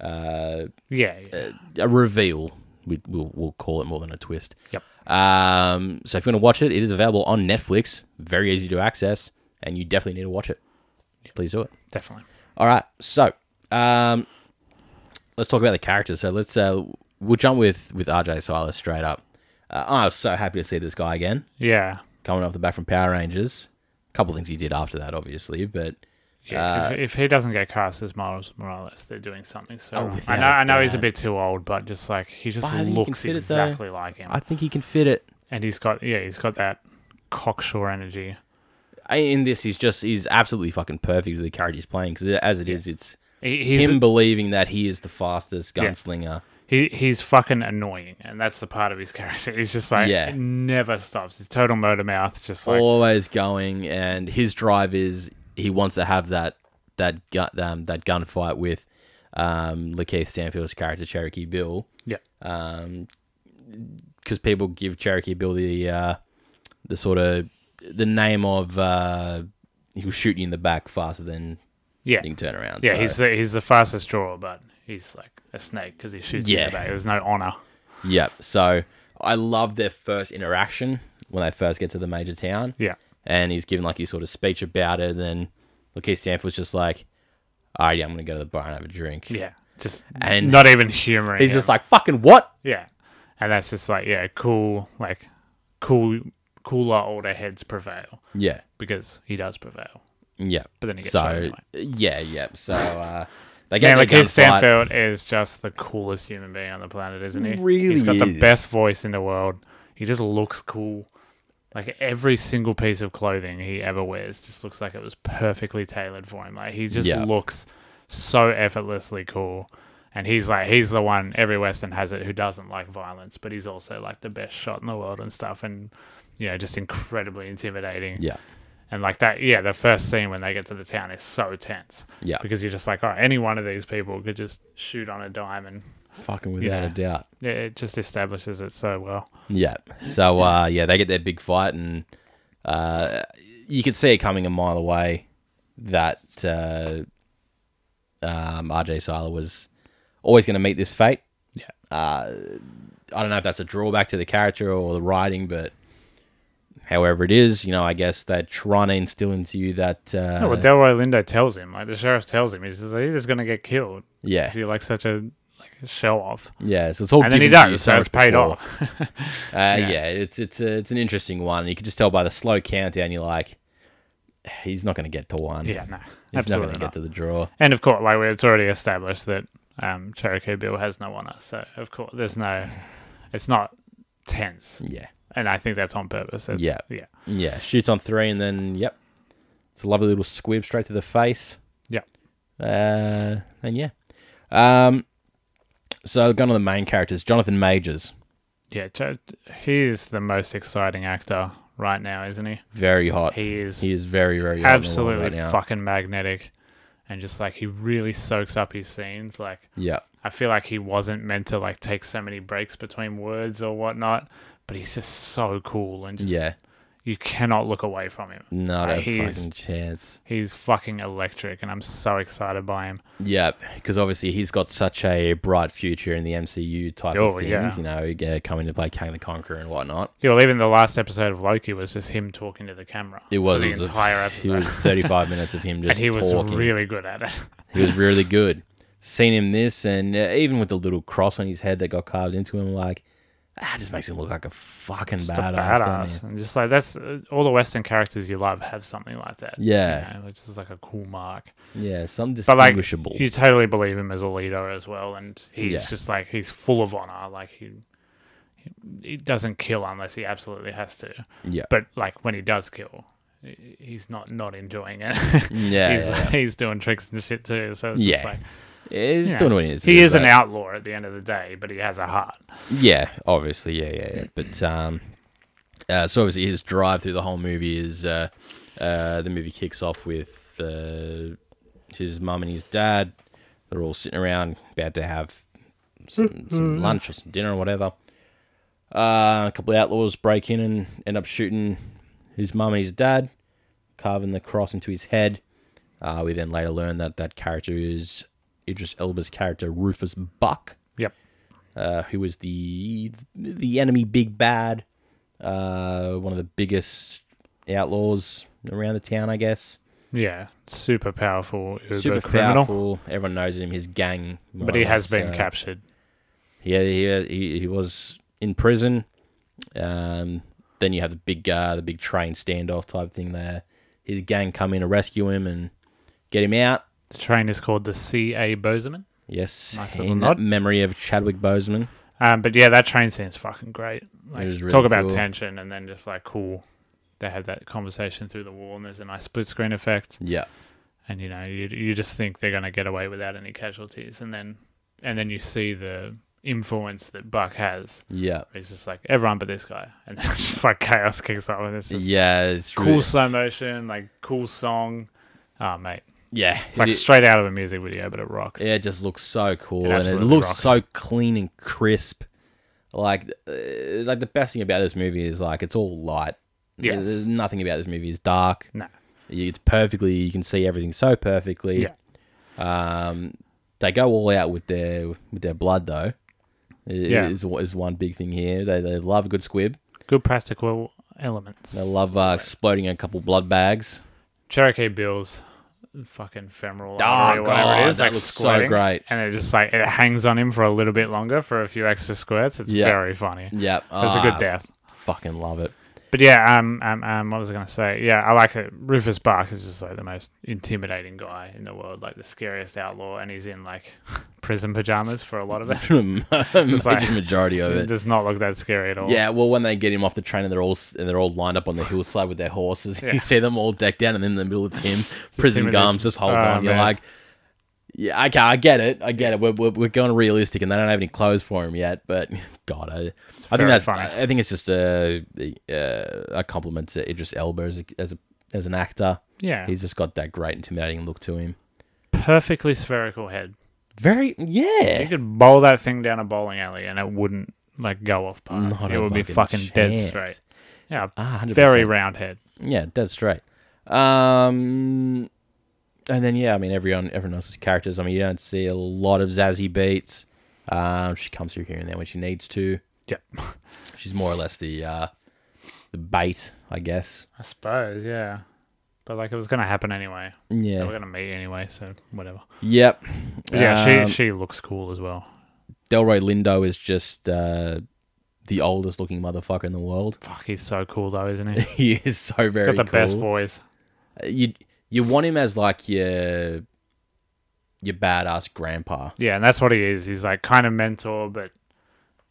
Speaker 1: uh,
Speaker 2: Yeah, yeah.
Speaker 1: a reveal. We, we'll, we'll call it more than a twist.
Speaker 2: Yep.
Speaker 1: Um, so if you want to watch it, it is available on Netflix. Very easy to access, and you definitely need to watch it. Please do it.
Speaker 2: definitely.
Speaker 1: All right, so um, let's talk about the characters. So let's uh, we'll jump with with RJ Silas straight up. Uh, I was so happy to see this guy again
Speaker 2: Yeah,
Speaker 1: coming off the back from Power Rangers. A couple things he did after that, obviously, but
Speaker 2: yeah.
Speaker 1: uh,
Speaker 2: if, if he doesn't get cast as Miles Morales, they're doing something. So wrong. I
Speaker 1: Oh, without
Speaker 2: know,
Speaker 1: a
Speaker 2: I know he's a
Speaker 1: doubt.
Speaker 2: bit too old, but just like he just
Speaker 1: But I think you can
Speaker 2: looks
Speaker 1: fit it, though.
Speaker 2: exactly like him,
Speaker 1: I think he can fit it.
Speaker 2: and he's got yeah, he's got that cocksure energy.
Speaker 1: I- In this, he's just he's absolutely fucking perfect with the character he's playing because as it is, it's
Speaker 2: He, he's
Speaker 1: him believing that he is the fastest gunslinger.
Speaker 2: he he's fucking annoying, and that's the part of his *laughs* character. He's just like
Speaker 1: Yeah.
Speaker 2: never stops. He's total motor mouth, just like
Speaker 1: always going, and his drive is he wants to have that that gun um, that gunfight with um, Lakeith Stanfield's character Cherokee Bill,
Speaker 2: yeah,
Speaker 1: because people give Cherokee Bill the uh, the sort of the name of uh, he'll shoot you in the back faster than
Speaker 2: yeah,
Speaker 1: you can turn around.
Speaker 2: yeah.
Speaker 1: so-
Speaker 2: He's the, he's the fastest drawer, but he's like a snake because he shoots yeah.
Speaker 1: Yeah.
Speaker 2: you back. There's no honor.
Speaker 1: yep. So I love their first interaction when they first get to the major town.
Speaker 2: Yeah,
Speaker 1: and he's giving like his sort of speech about it. And then Lakeith Stanford's just like, "All right, yeah, I'm gonna go to the bar and have a drink."
Speaker 2: yeah, just
Speaker 1: And-
Speaker 2: not even humoring.
Speaker 1: He's
Speaker 2: him.
Speaker 1: just like, "Fucking what?"
Speaker 2: yeah, and that's just like yeah, cool, like cool, cooler older heads prevail
Speaker 1: Yeah,
Speaker 2: because he does prevail.
Speaker 1: yeah.
Speaker 2: But then he gets
Speaker 1: so
Speaker 2: shot anyway.
Speaker 1: yeah, yeah. So uh, they
Speaker 2: Yeah,
Speaker 1: get
Speaker 2: like
Speaker 1: like his
Speaker 2: his
Speaker 1: gunfight.
Speaker 2: Stanfield is just the coolest human being on the planet, isn't he?
Speaker 1: Really
Speaker 2: he's got the
Speaker 1: is.
Speaker 2: best voice in the world. He just looks cool. Like every single piece of clothing he ever wears just looks like it was perfectly tailored for him. Like he just
Speaker 1: Yeah.
Speaker 2: looks so effortlessly cool. And he's like he's the one every Western has it who doesn't like violence, but he's also like the best shot in the world and stuff and you know, just incredibly intimidating.
Speaker 1: Yeah,
Speaker 2: And like that, yeah, the first scene when they get to the town is so tense.
Speaker 1: Yeah.
Speaker 2: Because you're just like, all right, any one of these people could just shoot on a dime and
Speaker 1: fucking without a
Speaker 2: Yeah.
Speaker 1: doubt.
Speaker 2: yeah, it just establishes it so well.
Speaker 1: Yeah.
Speaker 2: *laughs*
Speaker 1: So uh, yeah, they get their big fight, and uh, you could see it coming a mile away that uh, um, RJ Seiler was always going to meet this fate.
Speaker 2: Yeah.
Speaker 1: uh, I don't know if that's a drawback to the character or the writing, but however it is, you know, I guess they're trying to instill into you that. Uh,
Speaker 2: No, well, Delroy Lindo tells him, like the sheriff tells him, he's just like, you're just going to get killed.
Speaker 1: yeah,
Speaker 2: 'Cause You're like such a like a show off.
Speaker 1: yeah. So it's all
Speaker 2: And then he
Speaker 1: given to you
Speaker 2: does, so
Speaker 1: much
Speaker 2: it's paid
Speaker 1: before.
Speaker 2: off.
Speaker 1: Uh, yeah. it's it's a, it's an interesting one. and You can just tell by the slow countdown. You're like, he's not going to get to one.
Speaker 2: Yeah, no.
Speaker 1: he's
Speaker 2: absolutely
Speaker 1: not
Speaker 2: not.
Speaker 1: going to get to the draw.
Speaker 2: And of course, like it's already established that um, Cherokee Bill has no honor. So, of course, there's no, it's not tense.
Speaker 1: Yeah,
Speaker 2: And I think that's on purpose. It's,
Speaker 1: Yeah.
Speaker 2: Yeah.
Speaker 1: yeah. Shoots on three, and then yep, it's a lovely little squib straight to the face.
Speaker 2: Yeah.
Speaker 1: Uh, and yeah. Um, so going to the main characters, Jonathan Majors,
Speaker 2: Yeah, Ch- he is the most exciting actor right now, isn't he?
Speaker 1: very hot. Uh, He,
Speaker 2: He is
Speaker 1: is very, very hot in the world
Speaker 2: absolutely
Speaker 1: right now.
Speaker 2: fucking magnetic, and just like he really soaks up his scenes. Like
Speaker 1: Yeah,
Speaker 2: I feel like he wasn't meant to like take so many breaks between words or whatnot, but he's just so cool and just
Speaker 1: yeah,
Speaker 2: you cannot look away from him.
Speaker 1: not
Speaker 2: Uh,
Speaker 1: a
Speaker 2: he is-
Speaker 1: fucking chance.
Speaker 2: He's fucking electric, and I'm so excited by him.
Speaker 1: Yeah, because obviously he's got such a bright future in the MCU type
Speaker 2: Oh,
Speaker 1: of things.
Speaker 2: yeah.
Speaker 1: You know, yeah, coming to play Kang the Conqueror and whatnot.
Speaker 2: Yeah, well, even the last episode of Loki was just him talking to the camera.
Speaker 1: It was,
Speaker 2: for the
Speaker 1: it was a-
Speaker 2: entire
Speaker 1: He
Speaker 2: episode,
Speaker 1: was 35 minutes of him
Speaker 2: *laughs* and
Speaker 1: just
Speaker 2: he was
Speaker 1: talking.
Speaker 2: really good at it.
Speaker 1: He was really good. Seen him this, and uh, even with the little cross on his head that got carved into him, like that just makes him look like a fucking
Speaker 2: just
Speaker 1: badass.
Speaker 2: a
Speaker 1: doesn't
Speaker 2: badass. And just like that's uh, all the Western characters you love have something like that.
Speaker 1: he? Yeah,
Speaker 2: You know, which is like a cool mark.
Speaker 1: yeah, some
Speaker 2: But like
Speaker 1: distinguishable.
Speaker 2: you totally believe him as a leader as well, and he's
Speaker 1: Yeah.
Speaker 2: just like he's full of honor. Like he, he he doesn't kill unless he absolutely has to.
Speaker 1: yeah,
Speaker 2: But like when he does kill, he- he's not not enjoying it. *laughs*
Speaker 1: yeah,
Speaker 2: he's
Speaker 1: yeah.
Speaker 2: he's doing tricks and shit too. So it's
Speaker 1: Yeah.
Speaker 2: just like
Speaker 1: Yeah, he's
Speaker 2: you know,
Speaker 1: doing what he is.
Speaker 2: he is an
Speaker 1: but-
Speaker 2: outlaw at the end of the day, but he has a heart.
Speaker 1: Yeah, obviously, yeah, yeah, yeah. But um, uh, so obviously his drive through the whole movie is uh, uh, the movie kicks off with uh, his mum and his dad. They're all sitting around about to have some, some lunch or some dinner or whatever. Uh, a couple of outlaws break in and end up shooting his mum and his dad, carving the cross into his head. Uh, we then later learn that that character is Idris Elba's character Rufus Buck,
Speaker 2: Yep.
Speaker 1: uh, who was the the enemy big bad, uh, one of the biggest outlaws around the town, I guess.
Speaker 2: Yeah. Super powerful. Uber
Speaker 1: Super
Speaker 2: criminal.
Speaker 1: powerful. Everyone knows him. His gang, more
Speaker 2: But
Speaker 1: or
Speaker 2: he has
Speaker 1: less,
Speaker 2: been
Speaker 1: uh,
Speaker 2: captured.
Speaker 1: Yeah, he, uh, he he was in prison. Um, then you have the big uh, the big train standoff type thing there. His gang come in to rescue him and get him out.
Speaker 2: The train is called the C.A. Bozeman.
Speaker 1: Yes,
Speaker 2: Nice little
Speaker 1: in
Speaker 2: nod.
Speaker 1: memory of Chadwick Boseman.
Speaker 2: Um, but yeah, that train scene's fucking great. Like,
Speaker 1: was really
Speaker 2: talk about
Speaker 1: cool.
Speaker 2: tension and then just like, cool. They have that conversation through the wall and there's a nice split screen effect.
Speaker 1: Yeah,
Speaker 2: And you know, you, you just think they're going to get away without any casualties. And then, and then you see the influence that Buck has.
Speaker 1: yeah,
Speaker 2: It's just like everyone but this guy. And *laughs* then just like chaos kicks up and it's just
Speaker 1: yeah. It's
Speaker 2: cool
Speaker 1: really-
Speaker 2: slow motion, like cool song. Oh, mate.
Speaker 1: yeah,
Speaker 2: It's like
Speaker 1: it,
Speaker 2: straight out of a music video, but it rocks.
Speaker 1: yeah, it just looks so cool
Speaker 2: It
Speaker 1: and it
Speaker 2: absolutely
Speaker 1: looks
Speaker 2: rocks.
Speaker 1: so clean and crisp. Like, uh, like the best thing about this movie is like it's all light.
Speaker 2: Yes.
Speaker 1: There's nothing about this movie is dark.
Speaker 2: No.
Speaker 1: It's perfectly. You can see everything so perfectly.
Speaker 2: Yeah.
Speaker 1: Um, they go all out with their with their blood though. i-
Speaker 2: Yeah.
Speaker 1: Is is one big thing here. They they love a good squib.
Speaker 2: Good practical elements.
Speaker 1: They love uh, exploding a couple blood bags.
Speaker 2: Cherokee Bill's fucking femoral
Speaker 1: Oh,
Speaker 2: artery, whatever
Speaker 1: God,
Speaker 2: it is.
Speaker 1: that
Speaker 2: like
Speaker 1: looks so
Speaker 2: squirting,
Speaker 1: great.
Speaker 2: And it just like it hangs on him for a little bit longer for a few extra squirts. It's
Speaker 1: Yeah.
Speaker 2: very funny.
Speaker 1: Yep.
Speaker 2: It's a
Speaker 1: Ah,
Speaker 2: good death.
Speaker 1: Fucking love it.
Speaker 2: But yeah, um, um, um, what was I gonna say? Yeah, I like it. Rufus Buck is just like the most intimidating guy in the world, like the scariest outlaw, and he's in like *laughs* prison pajamas for a
Speaker 1: *laughs*
Speaker 2: lot of it.
Speaker 1: Major
Speaker 2: like-
Speaker 1: majority of
Speaker 2: It *laughs*
Speaker 1: it.
Speaker 2: does not look that scary at all.
Speaker 1: Yeah, well, when they get him off the train and they're all s- and they're all lined
Speaker 2: *sighs*
Speaker 1: up on the hillside with their horses,
Speaker 2: Yeah.
Speaker 1: you see them all decked down, and then in the middle it's
Speaker 2: *laughs*
Speaker 1: him, prison
Speaker 2: him in
Speaker 1: gums
Speaker 2: his-
Speaker 1: this whole
Speaker 2: Oh,
Speaker 1: time. You're
Speaker 2: man.
Speaker 1: like, yeah, okay, I get it, I get it. We're, we're, we're going realistic, and they don't have any clothes for him yet. But *laughs* God, I, I think
Speaker 2: very
Speaker 1: that's
Speaker 2: funny.
Speaker 1: I, I think it's just a uh, a, a compliment to Idris Elba as a, as a as an actor.
Speaker 2: yeah.
Speaker 1: He's just got that great intimidating look to him.
Speaker 2: perfectly spherical head.
Speaker 1: Very yeah.
Speaker 2: You could bowl that thing down a bowling alley and it wouldn't like go off past.
Speaker 1: Not
Speaker 2: it
Speaker 1: a
Speaker 2: would be
Speaker 1: fucking
Speaker 2: fucking dead
Speaker 1: chance.
Speaker 2: straight. Yeah,
Speaker 1: Ah, 100%.
Speaker 2: very round head.
Speaker 1: Yeah, dead straight. Um, and then yeah, I mean everyone, everyone else's characters. I mean, you don't see a lot of Zazie Beats. Um, she comes through here and there when she needs to.
Speaker 2: Yep.
Speaker 1: *laughs* She's more or less the uh, the bait, I guess.
Speaker 2: I suppose, yeah. But like it was gonna happen anyway. They We're
Speaker 1: Yeah.
Speaker 2: gonna meet anyway, so whatever.
Speaker 1: Yep.
Speaker 2: But yeah,
Speaker 1: Um,
Speaker 2: she she looks cool as well.
Speaker 1: Delroy Lindo is just uh, the oldest looking motherfucker in the world. *laughs*
Speaker 2: Fuck, he's so cool though, isn't he?
Speaker 1: he is so very
Speaker 2: Got the
Speaker 1: cool. Uh,
Speaker 2: best voice.
Speaker 1: you you want him as like your your badass grandpa.
Speaker 2: Yeah, and that's what he is. He's like kind of mentor, but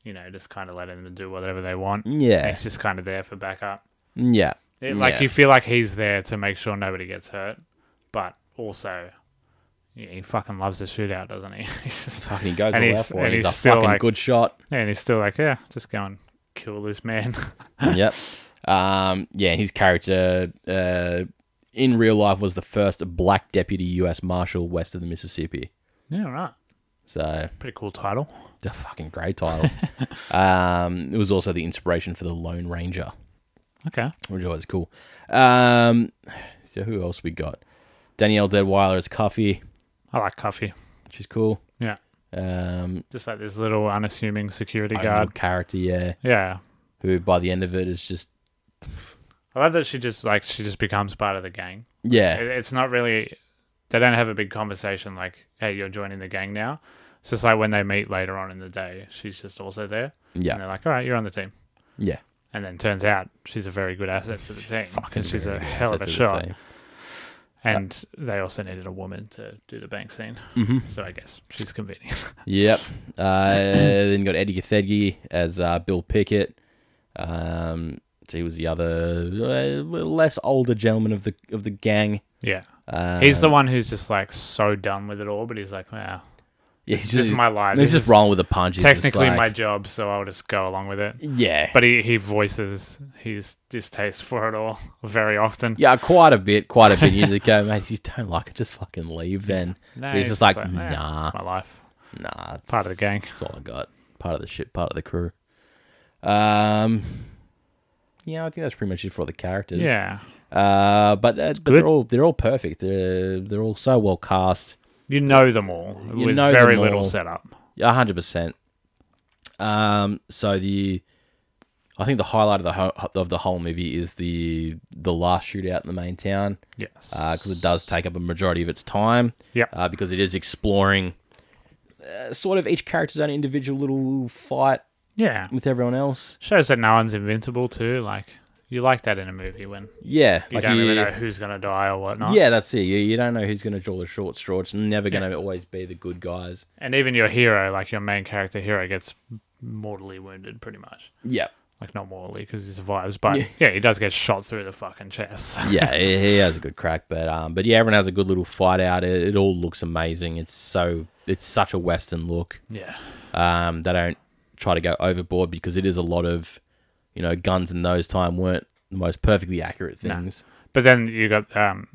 Speaker 2: you know, just kind of letting them do whatever they want. And
Speaker 1: Yeah.
Speaker 2: He's just kind of there for backup.
Speaker 1: Yeah.
Speaker 2: It, like
Speaker 1: Yeah.
Speaker 2: you feel like he's there to make sure nobody gets hurt, but also yeah, he fucking loves the shootout, doesn't he? *laughs* He's just-
Speaker 1: Fucking he goes
Speaker 2: And
Speaker 1: all
Speaker 2: he's-
Speaker 1: out for it.
Speaker 2: and
Speaker 1: He's,
Speaker 2: he's
Speaker 1: a
Speaker 2: still,
Speaker 1: fucking
Speaker 2: like-
Speaker 1: good
Speaker 2: *laughs*
Speaker 1: shot.
Speaker 2: and he's still like, yeah, just go and kill this man. *laughs*
Speaker 1: yep. Um, yeah, his character uh, in real life was the first black deputy U.S. Marshal west of the Mississippi.
Speaker 2: yeah, right.
Speaker 1: So,
Speaker 2: Pretty cool title.
Speaker 1: it's a fucking great title. um, it was also the inspiration for the Lone Ranger,
Speaker 2: Okay.
Speaker 1: which was cool. Um, so, who else we got? Danielle Deadweiler is Cuffy,
Speaker 2: I like Cuffy.
Speaker 1: which is cool.
Speaker 2: Yeah.
Speaker 1: Um,
Speaker 2: Just like this little unassuming security
Speaker 1: own
Speaker 2: guard.
Speaker 1: little character, yeah,
Speaker 2: Yeah.
Speaker 1: who by the end of it is just
Speaker 2: I love that she just like she just becomes part of the gang.
Speaker 1: yeah,
Speaker 2: It, it's not really they don't have a big conversation like, hey, you're joining the gang now. It's just like when they meet later on in the day, she's just also there. And
Speaker 1: yeah,
Speaker 2: they're like, all right, you're on the team.
Speaker 1: yeah.
Speaker 2: And then turns out she's a very good asset to the team
Speaker 1: Fucking
Speaker 2: because she's
Speaker 1: very
Speaker 2: a
Speaker 1: good
Speaker 2: hell
Speaker 1: asset
Speaker 2: of a
Speaker 1: to the
Speaker 2: shot.
Speaker 1: team.
Speaker 2: And they also needed a woman to do the bank scene.
Speaker 1: Mhm.
Speaker 2: So I guess she's convenient. *laughs*
Speaker 1: Yep. Uh, then you got Eddie Gathedge as uh, Bill Pickett. Um, so he was the other uh, less older gentleman of the of the gang.
Speaker 2: yeah.
Speaker 1: Um,
Speaker 2: He's the one who's just like so done with it all, but he's like, wow,
Speaker 1: Yeah, he's
Speaker 2: this
Speaker 1: just,
Speaker 2: is my life.
Speaker 1: he's just
Speaker 2: is
Speaker 1: rolling with the punches. just
Speaker 2: Technically
Speaker 1: like-
Speaker 2: my job, so I'll just go along with it.
Speaker 1: yeah,
Speaker 2: But he, he voices his distaste for it all *laughs* very often.
Speaker 1: yeah, quite a bit, quite a bit. You *laughs* just go, mate. If you don't like it, just fucking leave. Then
Speaker 2: No,
Speaker 1: But he's just like,
Speaker 2: "Eh,
Speaker 1: nah."
Speaker 2: it's my life.
Speaker 1: nah, it's,
Speaker 2: Part of the gang.
Speaker 1: That's all I got. Part of the shit. Part of the crew. Um, yeah, I think that's pretty much it for all the characters.
Speaker 2: Yeah.
Speaker 1: Uh, but uh, but
Speaker 2: good.
Speaker 1: they're all they're all perfect. They're they're all so well cast.
Speaker 2: You know them all
Speaker 1: You
Speaker 2: with
Speaker 1: know
Speaker 2: very
Speaker 1: them
Speaker 2: little
Speaker 1: all.
Speaker 2: setup.
Speaker 1: Yeah, hundred percent. Um, so the, I think the highlight of the ho- of the whole movie is the the last shootout in the main town
Speaker 2: Yes.
Speaker 1: because Uh, it does take up a majority of its time.
Speaker 2: Yep.
Speaker 1: Uh, because it is exploring, uh, sort of each character's own individual little fight
Speaker 2: yeah.
Speaker 1: with everyone else.
Speaker 2: Shows that no one's invincible too. Like you like that in a movie when
Speaker 1: Yeah,
Speaker 2: you don't really know who's gonna die or whatnot.
Speaker 1: yeah, that's it. You, you don't know who's going to draw the short straw. It's never going to always be the good guys.
Speaker 2: And even your hero, like your main character hero, gets mortally wounded pretty much.
Speaker 1: Yeah,
Speaker 2: Like not mortally because he survives, but
Speaker 1: Yeah.
Speaker 2: yeah. he does get shot through the fucking chest.
Speaker 1: *laughs*
Speaker 2: *laughs*
Speaker 1: yeah, he he has a good crack, but um, but yeah, everyone has a good little fight out. It, it all looks amazing. It's so it's such a western look.
Speaker 2: yeah.
Speaker 1: Um, they don't try to go overboard because it is a lot of, you know, guns in those time weren't the most perfectly accurate
Speaker 2: No.
Speaker 1: things.
Speaker 2: But then you got um,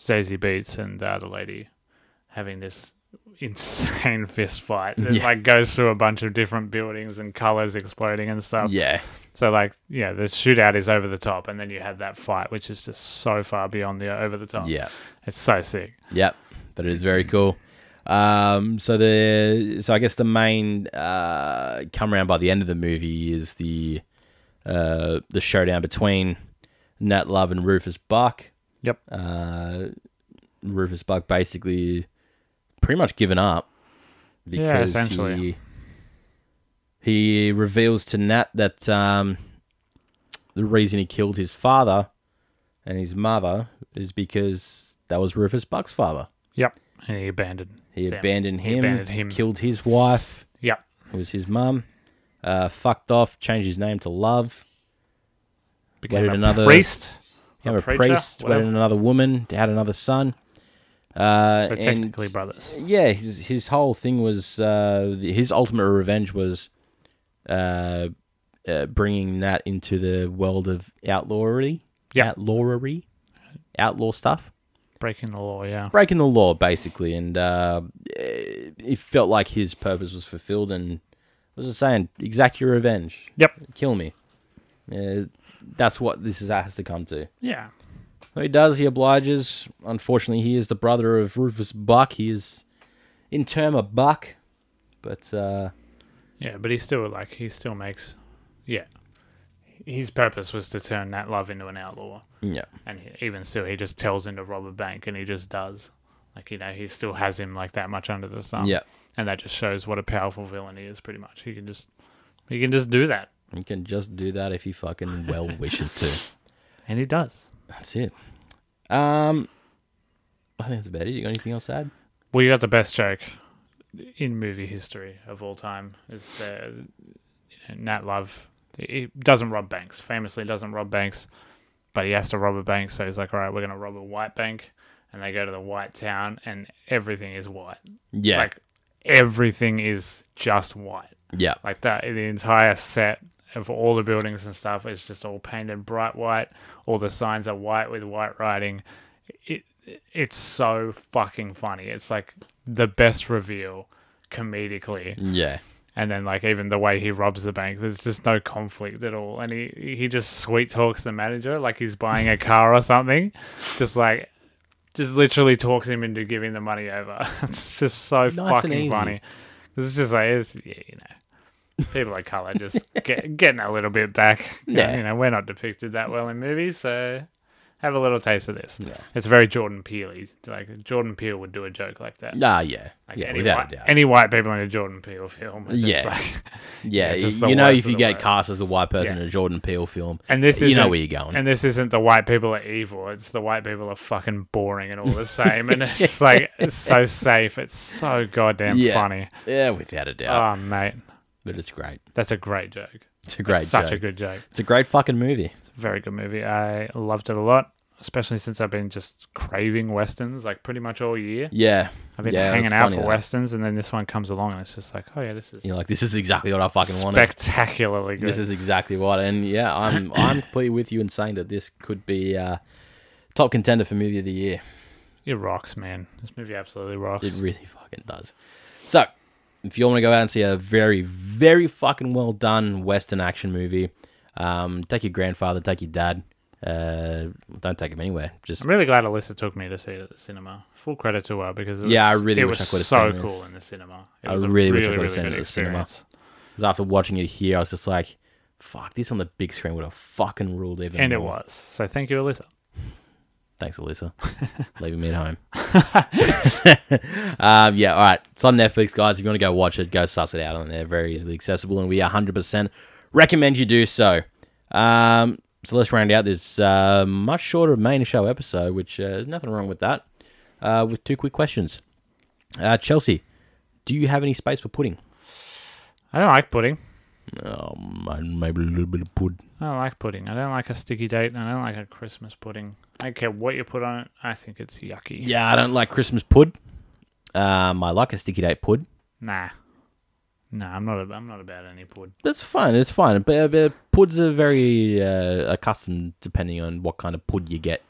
Speaker 2: Zazie Beats and the other lady having this insane *laughs* fist fight that
Speaker 1: Yeah.
Speaker 2: like goes through a bunch of different buildings and colors exploding and stuff.
Speaker 1: Yeah,
Speaker 2: So like yeah, the shootout is over the top, and then you have that fight, which is just so far beyond the over the top.
Speaker 1: yeah,
Speaker 2: it's so sick.
Speaker 1: yep. But it is very cool. Um, so the so I guess the main uh come around by the end of the movie is the uh the showdown between Nat Love and Rufus Buck.
Speaker 2: Yep.
Speaker 1: uh, Rufus Buck basically pretty much given up
Speaker 2: Yeah, essentially.
Speaker 1: he, he reveals to Nat that um, the reason he killed his father and his mother is because that was Rufus Buck's father.
Speaker 2: Yep, and he abandoned.
Speaker 1: He
Speaker 2: Damn.
Speaker 1: abandoned
Speaker 2: He
Speaker 1: him,
Speaker 2: abandoned him.
Speaker 1: killed his wife,
Speaker 2: Yep,
Speaker 1: who was his mum, uh, fucked off, changed his name to Love,
Speaker 2: became
Speaker 1: Waited
Speaker 2: a
Speaker 1: another-
Speaker 2: priest.
Speaker 1: became
Speaker 2: A
Speaker 1: a
Speaker 2: preacher,
Speaker 1: priest,
Speaker 2: whatever.
Speaker 1: wedded another woman, had another son. Uh,
Speaker 2: So
Speaker 1: and-
Speaker 2: technically brothers.
Speaker 1: yeah, his his whole thing was uh, the- his ultimate revenge was uh, uh, bringing that into the world of outlawry,
Speaker 2: Yeah.
Speaker 1: outlawry, outlaw stuff,
Speaker 2: Breaking the law. Yeah,
Speaker 1: breaking the law basically, and uh, eh, it felt like his purpose was fulfilled. And what was it saying? Exact your revenge.
Speaker 2: Yep.
Speaker 1: kill me. Eh, that's what this is has to come to.
Speaker 2: yeah.
Speaker 1: He does. He obliges. Unfortunately, he is the brother of Rufus Buck. He is, in term, a buck. But uh,
Speaker 2: Yeah, but he still like he still makes, yeah. His purpose was to turn that love into an outlaw,
Speaker 1: yeah,
Speaker 2: and he, even still, he just tells him to rob a bank, and he just does. Like you know, he still has him like that much under the thumb.
Speaker 1: yeah,
Speaker 2: and that just shows what a powerful villain he is. Pretty much, he can just he can just do that,
Speaker 1: he can just do that if he fucking
Speaker 2: *laughs*
Speaker 1: well wishes to.
Speaker 2: and he does.
Speaker 1: That's it. Um, I think that's about it. You got anything else to add?
Speaker 2: Well, you got the best joke in movie history of all time. Is the Nat Love? He doesn't rob banks. Famously, doesn't rob banks, but he has to rob a bank. So he's like, "All right, we're gonna rob a white bank," and they go to the white town, and everything is white.
Speaker 1: Yeah,
Speaker 2: Like everything is just white.
Speaker 1: yeah,
Speaker 2: Like that, the entire set of all the buildings and stuff is just all painted bright white. All the signs are white with white writing. It it's so fucking funny. It's like the best reveal comedically,
Speaker 1: yeah,
Speaker 2: and then like even the way he robs the bank, there's just no conflict at all, and he he just sweet talks the manager like he's buying a car or something, just like. Just literally talks him into giving the money over. *laughs* It's just so
Speaker 1: and easy.
Speaker 2: fucking funny. This is just like, it's, yeah, you know people of
Speaker 1: *laughs*
Speaker 2: color just get, getting a little bit back.
Speaker 1: Yeah.
Speaker 2: You know, we're not depicted that well in movies, so have a little taste of this.
Speaker 1: Yeah.
Speaker 2: It's very Jordan Peele. Like Jordan Peele would do a joke like that.
Speaker 1: ah, yeah,
Speaker 2: Like
Speaker 1: yeah,
Speaker 2: any,
Speaker 1: without
Speaker 2: white,
Speaker 1: a doubt.
Speaker 2: any white people in a Jordan Peele film. are just
Speaker 1: Yeah.
Speaker 2: like-
Speaker 1: yeah,
Speaker 2: yeah, just
Speaker 1: you-
Speaker 2: the
Speaker 1: you know,
Speaker 2: worst
Speaker 1: if
Speaker 2: of
Speaker 1: you
Speaker 2: the
Speaker 1: get
Speaker 2: worst.
Speaker 1: cast as a white person
Speaker 2: Yeah.
Speaker 1: in a Jordan Peele film,
Speaker 2: and this is
Speaker 1: you know where you're going.
Speaker 2: And this isn't the white people are evil. It's the white people are fucking boring and all the
Speaker 1: *laughs*
Speaker 2: same. And it's like it's so safe. It's so goddamn
Speaker 1: Yeah.
Speaker 2: funny.
Speaker 1: yeah, without a doubt.
Speaker 2: Oh mate,
Speaker 1: but it's great.
Speaker 2: that's a great joke.
Speaker 1: It's a great,
Speaker 2: such
Speaker 1: joke.
Speaker 2: a good joke.
Speaker 1: it's a great fucking movie.
Speaker 2: very good movie. I loved it a lot, especially since I've been just craving westerns like pretty much all year.
Speaker 1: Yeah,
Speaker 2: I've been
Speaker 1: Yeah, it was
Speaker 2: hanging out
Speaker 1: funny
Speaker 2: for
Speaker 1: that.
Speaker 2: westerns, and then this one comes along, and it's just like, oh yeah, this is
Speaker 1: you're like, this is exactly what I fucking wanted.
Speaker 2: spectacularly good.
Speaker 1: This is exactly what, and yeah, I'm
Speaker 2: *coughs*
Speaker 1: I'm completely with you in saying that this could be uh, top contender for movie of the year.
Speaker 2: it rocks, man. This movie absolutely rocks.
Speaker 1: It really fucking does. So, if you want to go out and see a very, very fucking well done Western action movie, um, take your grandfather, take your dad. Uh, don't take him anywhere. Just
Speaker 2: I'm really glad Alyssa took me to see it at the cinema. Full credit to her because it was,
Speaker 1: Yeah, I really
Speaker 2: it
Speaker 1: wish I
Speaker 2: was
Speaker 1: could've
Speaker 2: so
Speaker 1: seen
Speaker 2: cool
Speaker 1: this.
Speaker 2: in the cinema. It
Speaker 1: I
Speaker 2: was a
Speaker 1: really wish I
Speaker 2: really,
Speaker 1: could've seen
Speaker 2: really
Speaker 1: it
Speaker 2: good
Speaker 1: at the cinema.
Speaker 2: experience.
Speaker 1: 'cause after watching it here, I was just like, "Fuck, this on the big screen would have fucking ruled even."
Speaker 2: And it
Speaker 1: more.
Speaker 2: was. So thank you, Alyssa.
Speaker 1: Thanks, *laughs* Alyssa. Leaving me at home. *laughs* um, yeah, all right. It's on Netflix, guys. If you want to go watch it, go suss it out on there. Very easily accessible, and we 100% recommend you do so. Um, so let's round out this uh, much shorter main show episode, which uh, there's nothing wrong with that, uh, with two quick questions. Uh, Chelsea, do you have any space for pudding?
Speaker 2: I don't like pudding.
Speaker 1: Um, maybe a little bit of pudding.
Speaker 2: I don't like pudding. I don't like a sticky date, and I don't like a Christmas pudding. I don't care what you put on it. I think it's yucky.
Speaker 1: Yeah, I don't like Christmas pud. Um, I like a sticky date pud.
Speaker 2: Nah. Nah, I'm not. A, I'm not about any pudding.
Speaker 1: That's fine. It's fine. But, uh, but puds are very uh, accustomed depending on what kind of pud you
Speaker 2: *laughs*
Speaker 1: get.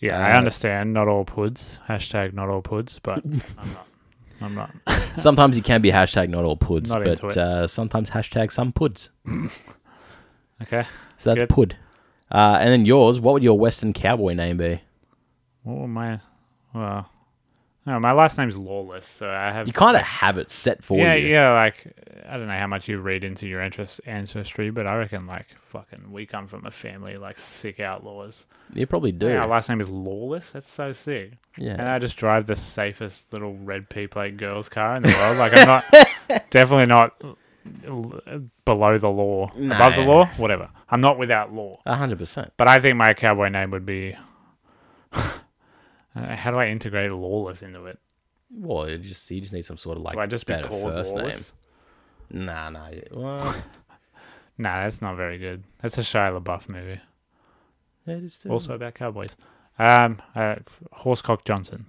Speaker 2: Yeah,
Speaker 1: Uh,
Speaker 2: I understand. Not all puds. Hashtag not all puds,
Speaker 1: *laughs*
Speaker 2: but I'm not. I'm not.
Speaker 1: Sometimes you can be hashtag not all puds,
Speaker 2: Not into
Speaker 1: but
Speaker 2: it.
Speaker 1: uh, sometimes hashtag some puds.
Speaker 2: Okay.
Speaker 1: So that's
Speaker 2: Good.
Speaker 1: pud. Uh, and then yours, what would your Western cowboy name be?
Speaker 2: What would my? Well, no, my last name's Lawless, so I have.
Speaker 1: You kind of have it set for
Speaker 2: yeah,
Speaker 1: you.
Speaker 2: yeah. Like I don't know how much you read into your interest ancestry, but I reckon like fucking we come from a family of, like sick outlaws.
Speaker 1: You probably do.
Speaker 2: Yeah,
Speaker 1: Yeah.
Speaker 2: our last name is Lawless. That's so sick. And I just drive the safest little red pea plate girl's car in the world. Like
Speaker 1: *laughs*
Speaker 2: I'm not definitely not l- below the law, above the
Speaker 1: Nah.
Speaker 2: law, whatever. I'm not without law.
Speaker 1: A 100%.
Speaker 2: But I think my cowboy name would be. *laughs* Uh, How do I integrate lawless into it?
Speaker 1: Well, you just, you just need some sort of like
Speaker 2: Do I just be
Speaker 1: better
Speaker 2: called
Speaker 1: first
Speaker 2: lawless?
Speaker 1: name. Nah, nah. you- Well,
Speaker 2: *laughs* Nah, that's not very good. That's a Shia LaBeouf movie,
Speaker 1: it is too.
Speaker 2: also about cowboys. Um, uh, Horsecock Johnson.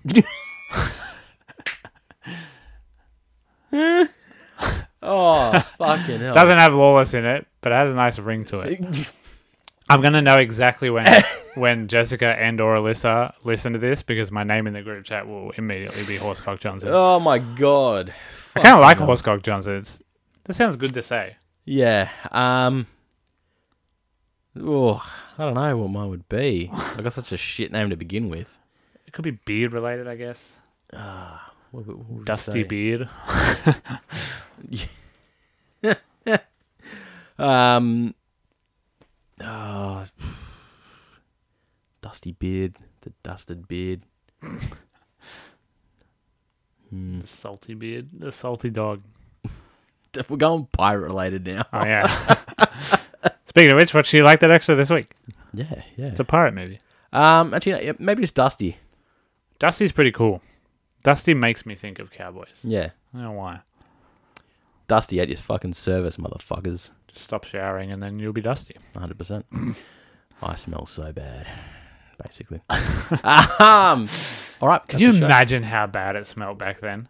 Speaker 1: Oh,
Speaker 2: *laughs*
Speaker 1: fucking hell.
Speaker 2: Doesn't have lawless in it, but it has a nice ring to it. I'm gonna know exactly *laughs* when when Jessica and or Alyssa listen to this because my name in the group chat will immediately be Horsecock Johnson.
Speaker 1: *laughs* Oh, my God.
Speaker 2: I kind of like Horsecock Johnson. It's that sounds good to say.
Speaker 1: Yeah. Um. Oh, I don't know what mine would *laughs* be. I got such a shit name to begin with.
Speaker 2: It could be beard related, I guess.
Speaker 1: Ah, What, would- what would we
Speaker 2: Dusty
Speaker 1: say?
Speaker 2: beard.
Speaker 1: Um. Oh, dusty beard. The dusted *laughs* beard. Hmm.
Speaker 2: The salty beard. The salty dog.
Speaker 1: We're going pirate related now.
Speaker 2: Oh yeah. *laughs* Speaking of which, what she liked that extra this week?
Speaker 1: Yeah, yeah.
Speaker 2: It's a pirate movie.
Speaker 1: Um. Actually, no, yeah, maybe just dusty.
Speaker 2: Dusty's pretty cool. Dusty makes me think of cowboys.
Speaker 1: Yeah,
Speaker 2: I don't know why.
Speaker 1: dusty at your fucking service, motherfuckers.
Speaker 2: Just stop showering and then you'll be dusty.
Speaker 1: One hundred percent. *clears throat* I smell so bad.
Speaker 2: *laughs*
Speaker 1: Basically. um. All right.
Speaker 2: Can
Speaker 1: that's
Speaker 2: you
Speaker 1: the show.
Speaker 2: imagine how bad it smelled back then?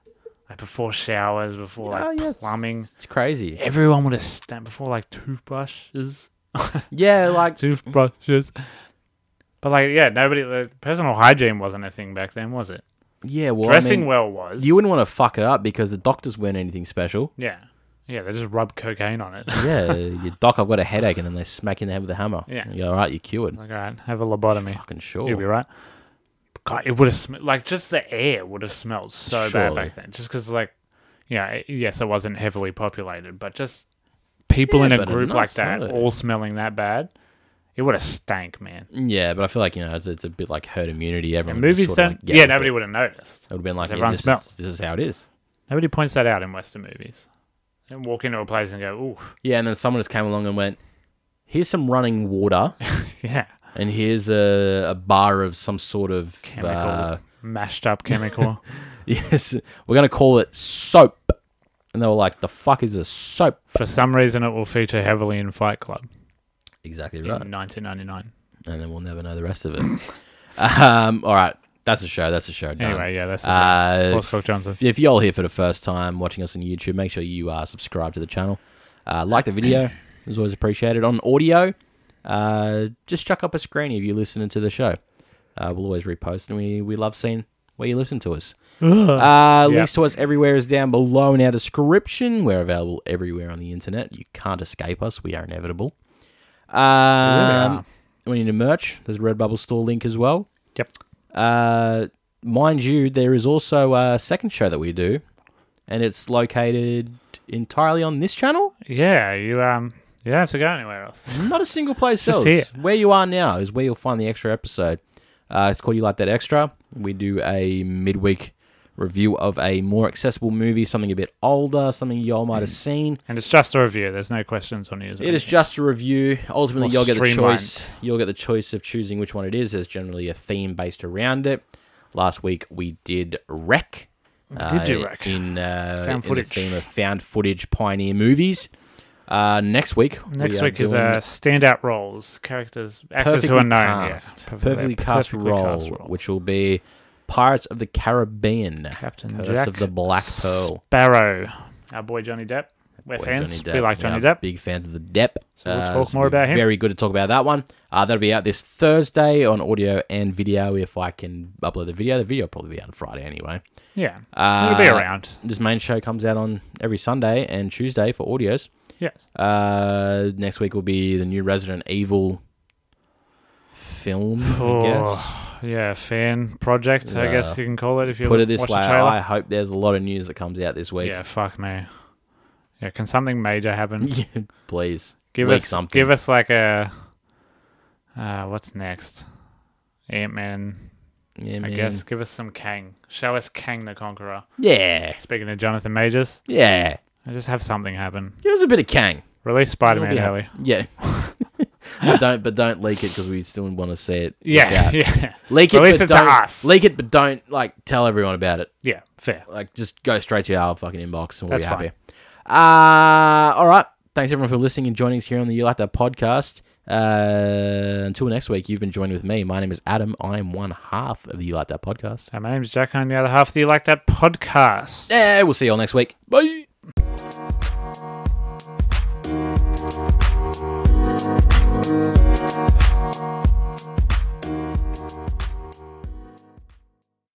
Speaker 2: Like before showers, before
Speaker 1: Oh,
Speaker 2: like
Speaker 1: yeah, it's-
Speaker 2: plumbing.
Speaker 1: It's crazy.
Speaker 2: Everyone would have stamped before like toothbrushes.
Speaker 1: Yeah, like
Speaker 2: toothbrushes. But like, yeah, nobody. Like, personal hygiene wasn't a thing back then, was it?
Speaker 1: yeah. Well, I
Speaker 2: Dressing
Speaker 1: mean,
Speaker 2: well was.
Speaker 1: you wouldn't want to fuck it up because the doctors weren't anything special.
Speaker 2: Yeah, yeah. They just rubbed cocaine on it. *laughs*
Speaker 1: Yeah, your doc, I've got a headache, and then they smack you in the head with a hammer.
Speaker 2: Yeah.
Speaker 1: you're all right. You're cured.
Speaker 2: like, all right, have a lobotomy.
Speaker 1: Fucking sure.
Speaker 2: You'll be right. God, it would have smelled like just the air would have smelled so bad
Speaker 1: Surely.
Speaker 2: back then. Just because, like, yeah, it- yes, it wasn't heavily populated, but just people
Speaker 1: Yeah,
Speaker 2: in a
Speaker 1: but
Speaker 2: group
Speaker 1: enough
Speaker 2: like that,
Speaker 1: so.
Speaker 2: all smelling that bad, it would have stank, man.
Speaker 1: Yeah, but I feel like you know it's, it's a bit like herd immunity. Everyone just
Speaker 2: Movies
Speaker 1: sort of,
Speaker 2: don't.
Speaker 1: like, get
Speaker 2: Yeah,
Speaker 1: with
Speaker 2: nobody
Speaker 1: It
Speaker 2: would have noticed.
Speaker 1: would have been like, yeah,
Speaker 2: everyone
Speaker 1: this,
Speaker 2: smell.
Speaker 1: is, this is how it is.
Speaker 2: Nobody points that out in Western movies. And walk into a place and go, ooh, *laughs*
Speaker 1: Yeah, and then someone just came along and went, "Here's some running water,
Speaker 2: yeah,
Speaker 1: and here's a, a bar of some sort of
Speaker 2: chemical,
Speaker 1: uh, *laughs*
Speaker 2: mashed up chemical.
Speaker 1: yes, we're gonna call it soap." And they were like, "The fuck is a soap?"
Speaker 2: For some reason, it will feature heavily in Fight Club
Speaker 1: Exactly
Speaker 2: in
Speaker 1: right.
Speaker 2: 1999.
Speaker 1: and then we'll never know the rest of it. *laughs* um, all right, that's a show. That's a show. Done.
Speaker 2: Anyway, yeah, that's the uh,
Speaker 1: uh,
Speaker 2: Johnson.
Speaker 1: if- if you're all here for the first time watching us on YouTube, make sure you are subscribed to the channel. Uh, like the video is always appreciated. On audio, uh, just chuck up a screen if you're listening to the show. Uh, we'll always repost, and we we love seeing where you listen to us. Uh, Links
Speaker 2: Yep.
Speaker 1: to us everywhere is down below in our description. We're available everywhere on the internet. You can't escape us. We are inevitable. Um,
Speaker 2: are.
Speaker 1: we need a merch. There's a Redbubble store link as well.
Speaker 2: Yep.
Speaker 1: Uh, mind you, there is also a second show that we do, and it's located entirely on this channel.
Speaker 2: Yeah, you um, you don't have to go anywhere else. *laughs*
Speaker 1: Not a single place
Speaker 2: Just
Speaker 1: else.
Speaker 2: here.
Speaker 1: Where you are now is where you'll find the extra episode. Uh, it's called You Like That Extra. We do a midweek review of a more accessible movie, something a bit older, something y'all might
Speaker 2: *clears throat*
Speaker 1: have seen.
Speaker 2: And it's just a review. There's no questions or news. or
Speaker 1: It is
Speaker 2: anything.
Speaker 1: just a review. Ultimately,
Speaker 2: More
Speaker 1: you'll get the
Speaker 2: streamlined.
Speaker 1: choice. You'll get the choice of choosing which one it is. There's generally a theme based around it. Last week we did Wreck.
Speaker 2: did do Wreck.
Speaker 1: in, uh,
Speaker 2: Found
Speaker 1: in the
Speaker 2: footage.
Speaker 1: theme of found footage pioneer movies. Uh, next week, we
Speaker 2: Next
Speaker 1: are
Speaker 2: week is
Speaker 1: doing-
Speaker 2: uh, standout roles, characters, actors who
Speaker 1: perfectly
Speaker 2: are known.
Speaker 1: cast,
Speaker 2: yeah. Perf-
Speaker 1: perfectly,
Speaker 2: they're
Speaker 1: cast
Speaker 2: perfectly
Speaker 1: role,
Speaker 2: cast roles.
Speaker 1: which will be Pirates of the Caribbean.
Speaker 2: Captain
Speaker 1: Curse
Speaker 2: Jack
Speaker 1: of the Black Pearl.
Speaker 2: Sparrow, our boy Johnny Depp. We're
Speaker 1: Boy,
Speaker 2: fans.
Speaker 1: Johnny
Speaker 2: we
Speaker 1: Depp.
Speaker 2: like Johnny
Speaker 1: Yeah,
Speaker 2: Depp.
Speaker 1: Big fans of the Depp.
Speaker 2: So we'll
Speaker 1: Uh,
Speaker 2: talk
Speaker 1: this will
Speaker 2: more
Speaker 1: be
Speaker 2: about him.
Speaker 1: Very good to talk about that one. Uh, that'll be out this Thursday on audio and video if I can upload the video. The video will probably be out on Friday anyway.
Speaker 2: Yeah,
Speaker 1: Uh,
Speaker 2: we'll be around.
Speaker 1: This main show comes out on every Sunday and Tuesday for audios.
Speaker 2: Yes.
Speaker 1: Uh, next week will be the new Resident Evil film,
Speaker 2: Oh,
Speaker 1: I guess.
Speaker 2: yeah, fan project. I
Speaker 1: Yeah.
Speaker 2: guess you can call it if you
Speaker 1: Put it this
Speaker 2: watch
Speaker 1: way,
Speaker 2: the trailer.
Speaker 1: I hope there's a lot of news that comes out this week.
Speaker 2: yeah, fuck me. Yeah, can something major happen?
Speaker 1: *laughs* Yeah, please.
Speaker 2: Give
Speaker 1: leak
Speaker 2: us
Speaker 1: something.
Speaker 2: Give us like a. Uh, what's next? Ant Man,
Speaker 1: Yeah,
Speaker 2: I
Speaker 1: man.
Speaker 2: guess. Give us some Kang. Show us Kang the Conqueror.
Speaker 1: Yeah,
Speaker 2: Speaking of Jonathan Majors,
Speaker 1: yeah.
Speaker 2: I just have something happen.
Speaker 1: Give us a bit of Kang.
Speaker 2: Release Spider Man
Speaker 1: It'll be
Speaker 2: early.
Speaker 1: Yeah. *laughs* but don't, but don't leak it because we still want to see it. leak
Speaker 2: Yeah, *laughs*
Speaker 1: out.
Speaker 2: yeah,
Speaker 1: Leak it,
Speaker 2: Release
Speaker 1: but
Speaker 2: it to
Speaker 1: don't,
Speaker 2: us.
Speaker 1: Leak it, but don't like tell everyone about it.
Speaker 2: yeah. Fair.
Speaker 1: Like, just go straight to our fucking inbox and we'll
Speaker 2: That's
Speaker 1: be happy. Uh, all right. Thanks everyone for listening and joining us here on the You Like That podcast. Uh, until next week, you've been joined with me. My name is Adam. I am one half of the You Like That podcast.
Speaker 2: Uh, my name's Jack. I'm the other half. Do you like that podcast?
Speaker 1: Yeah, we'll see you all next week. Bye.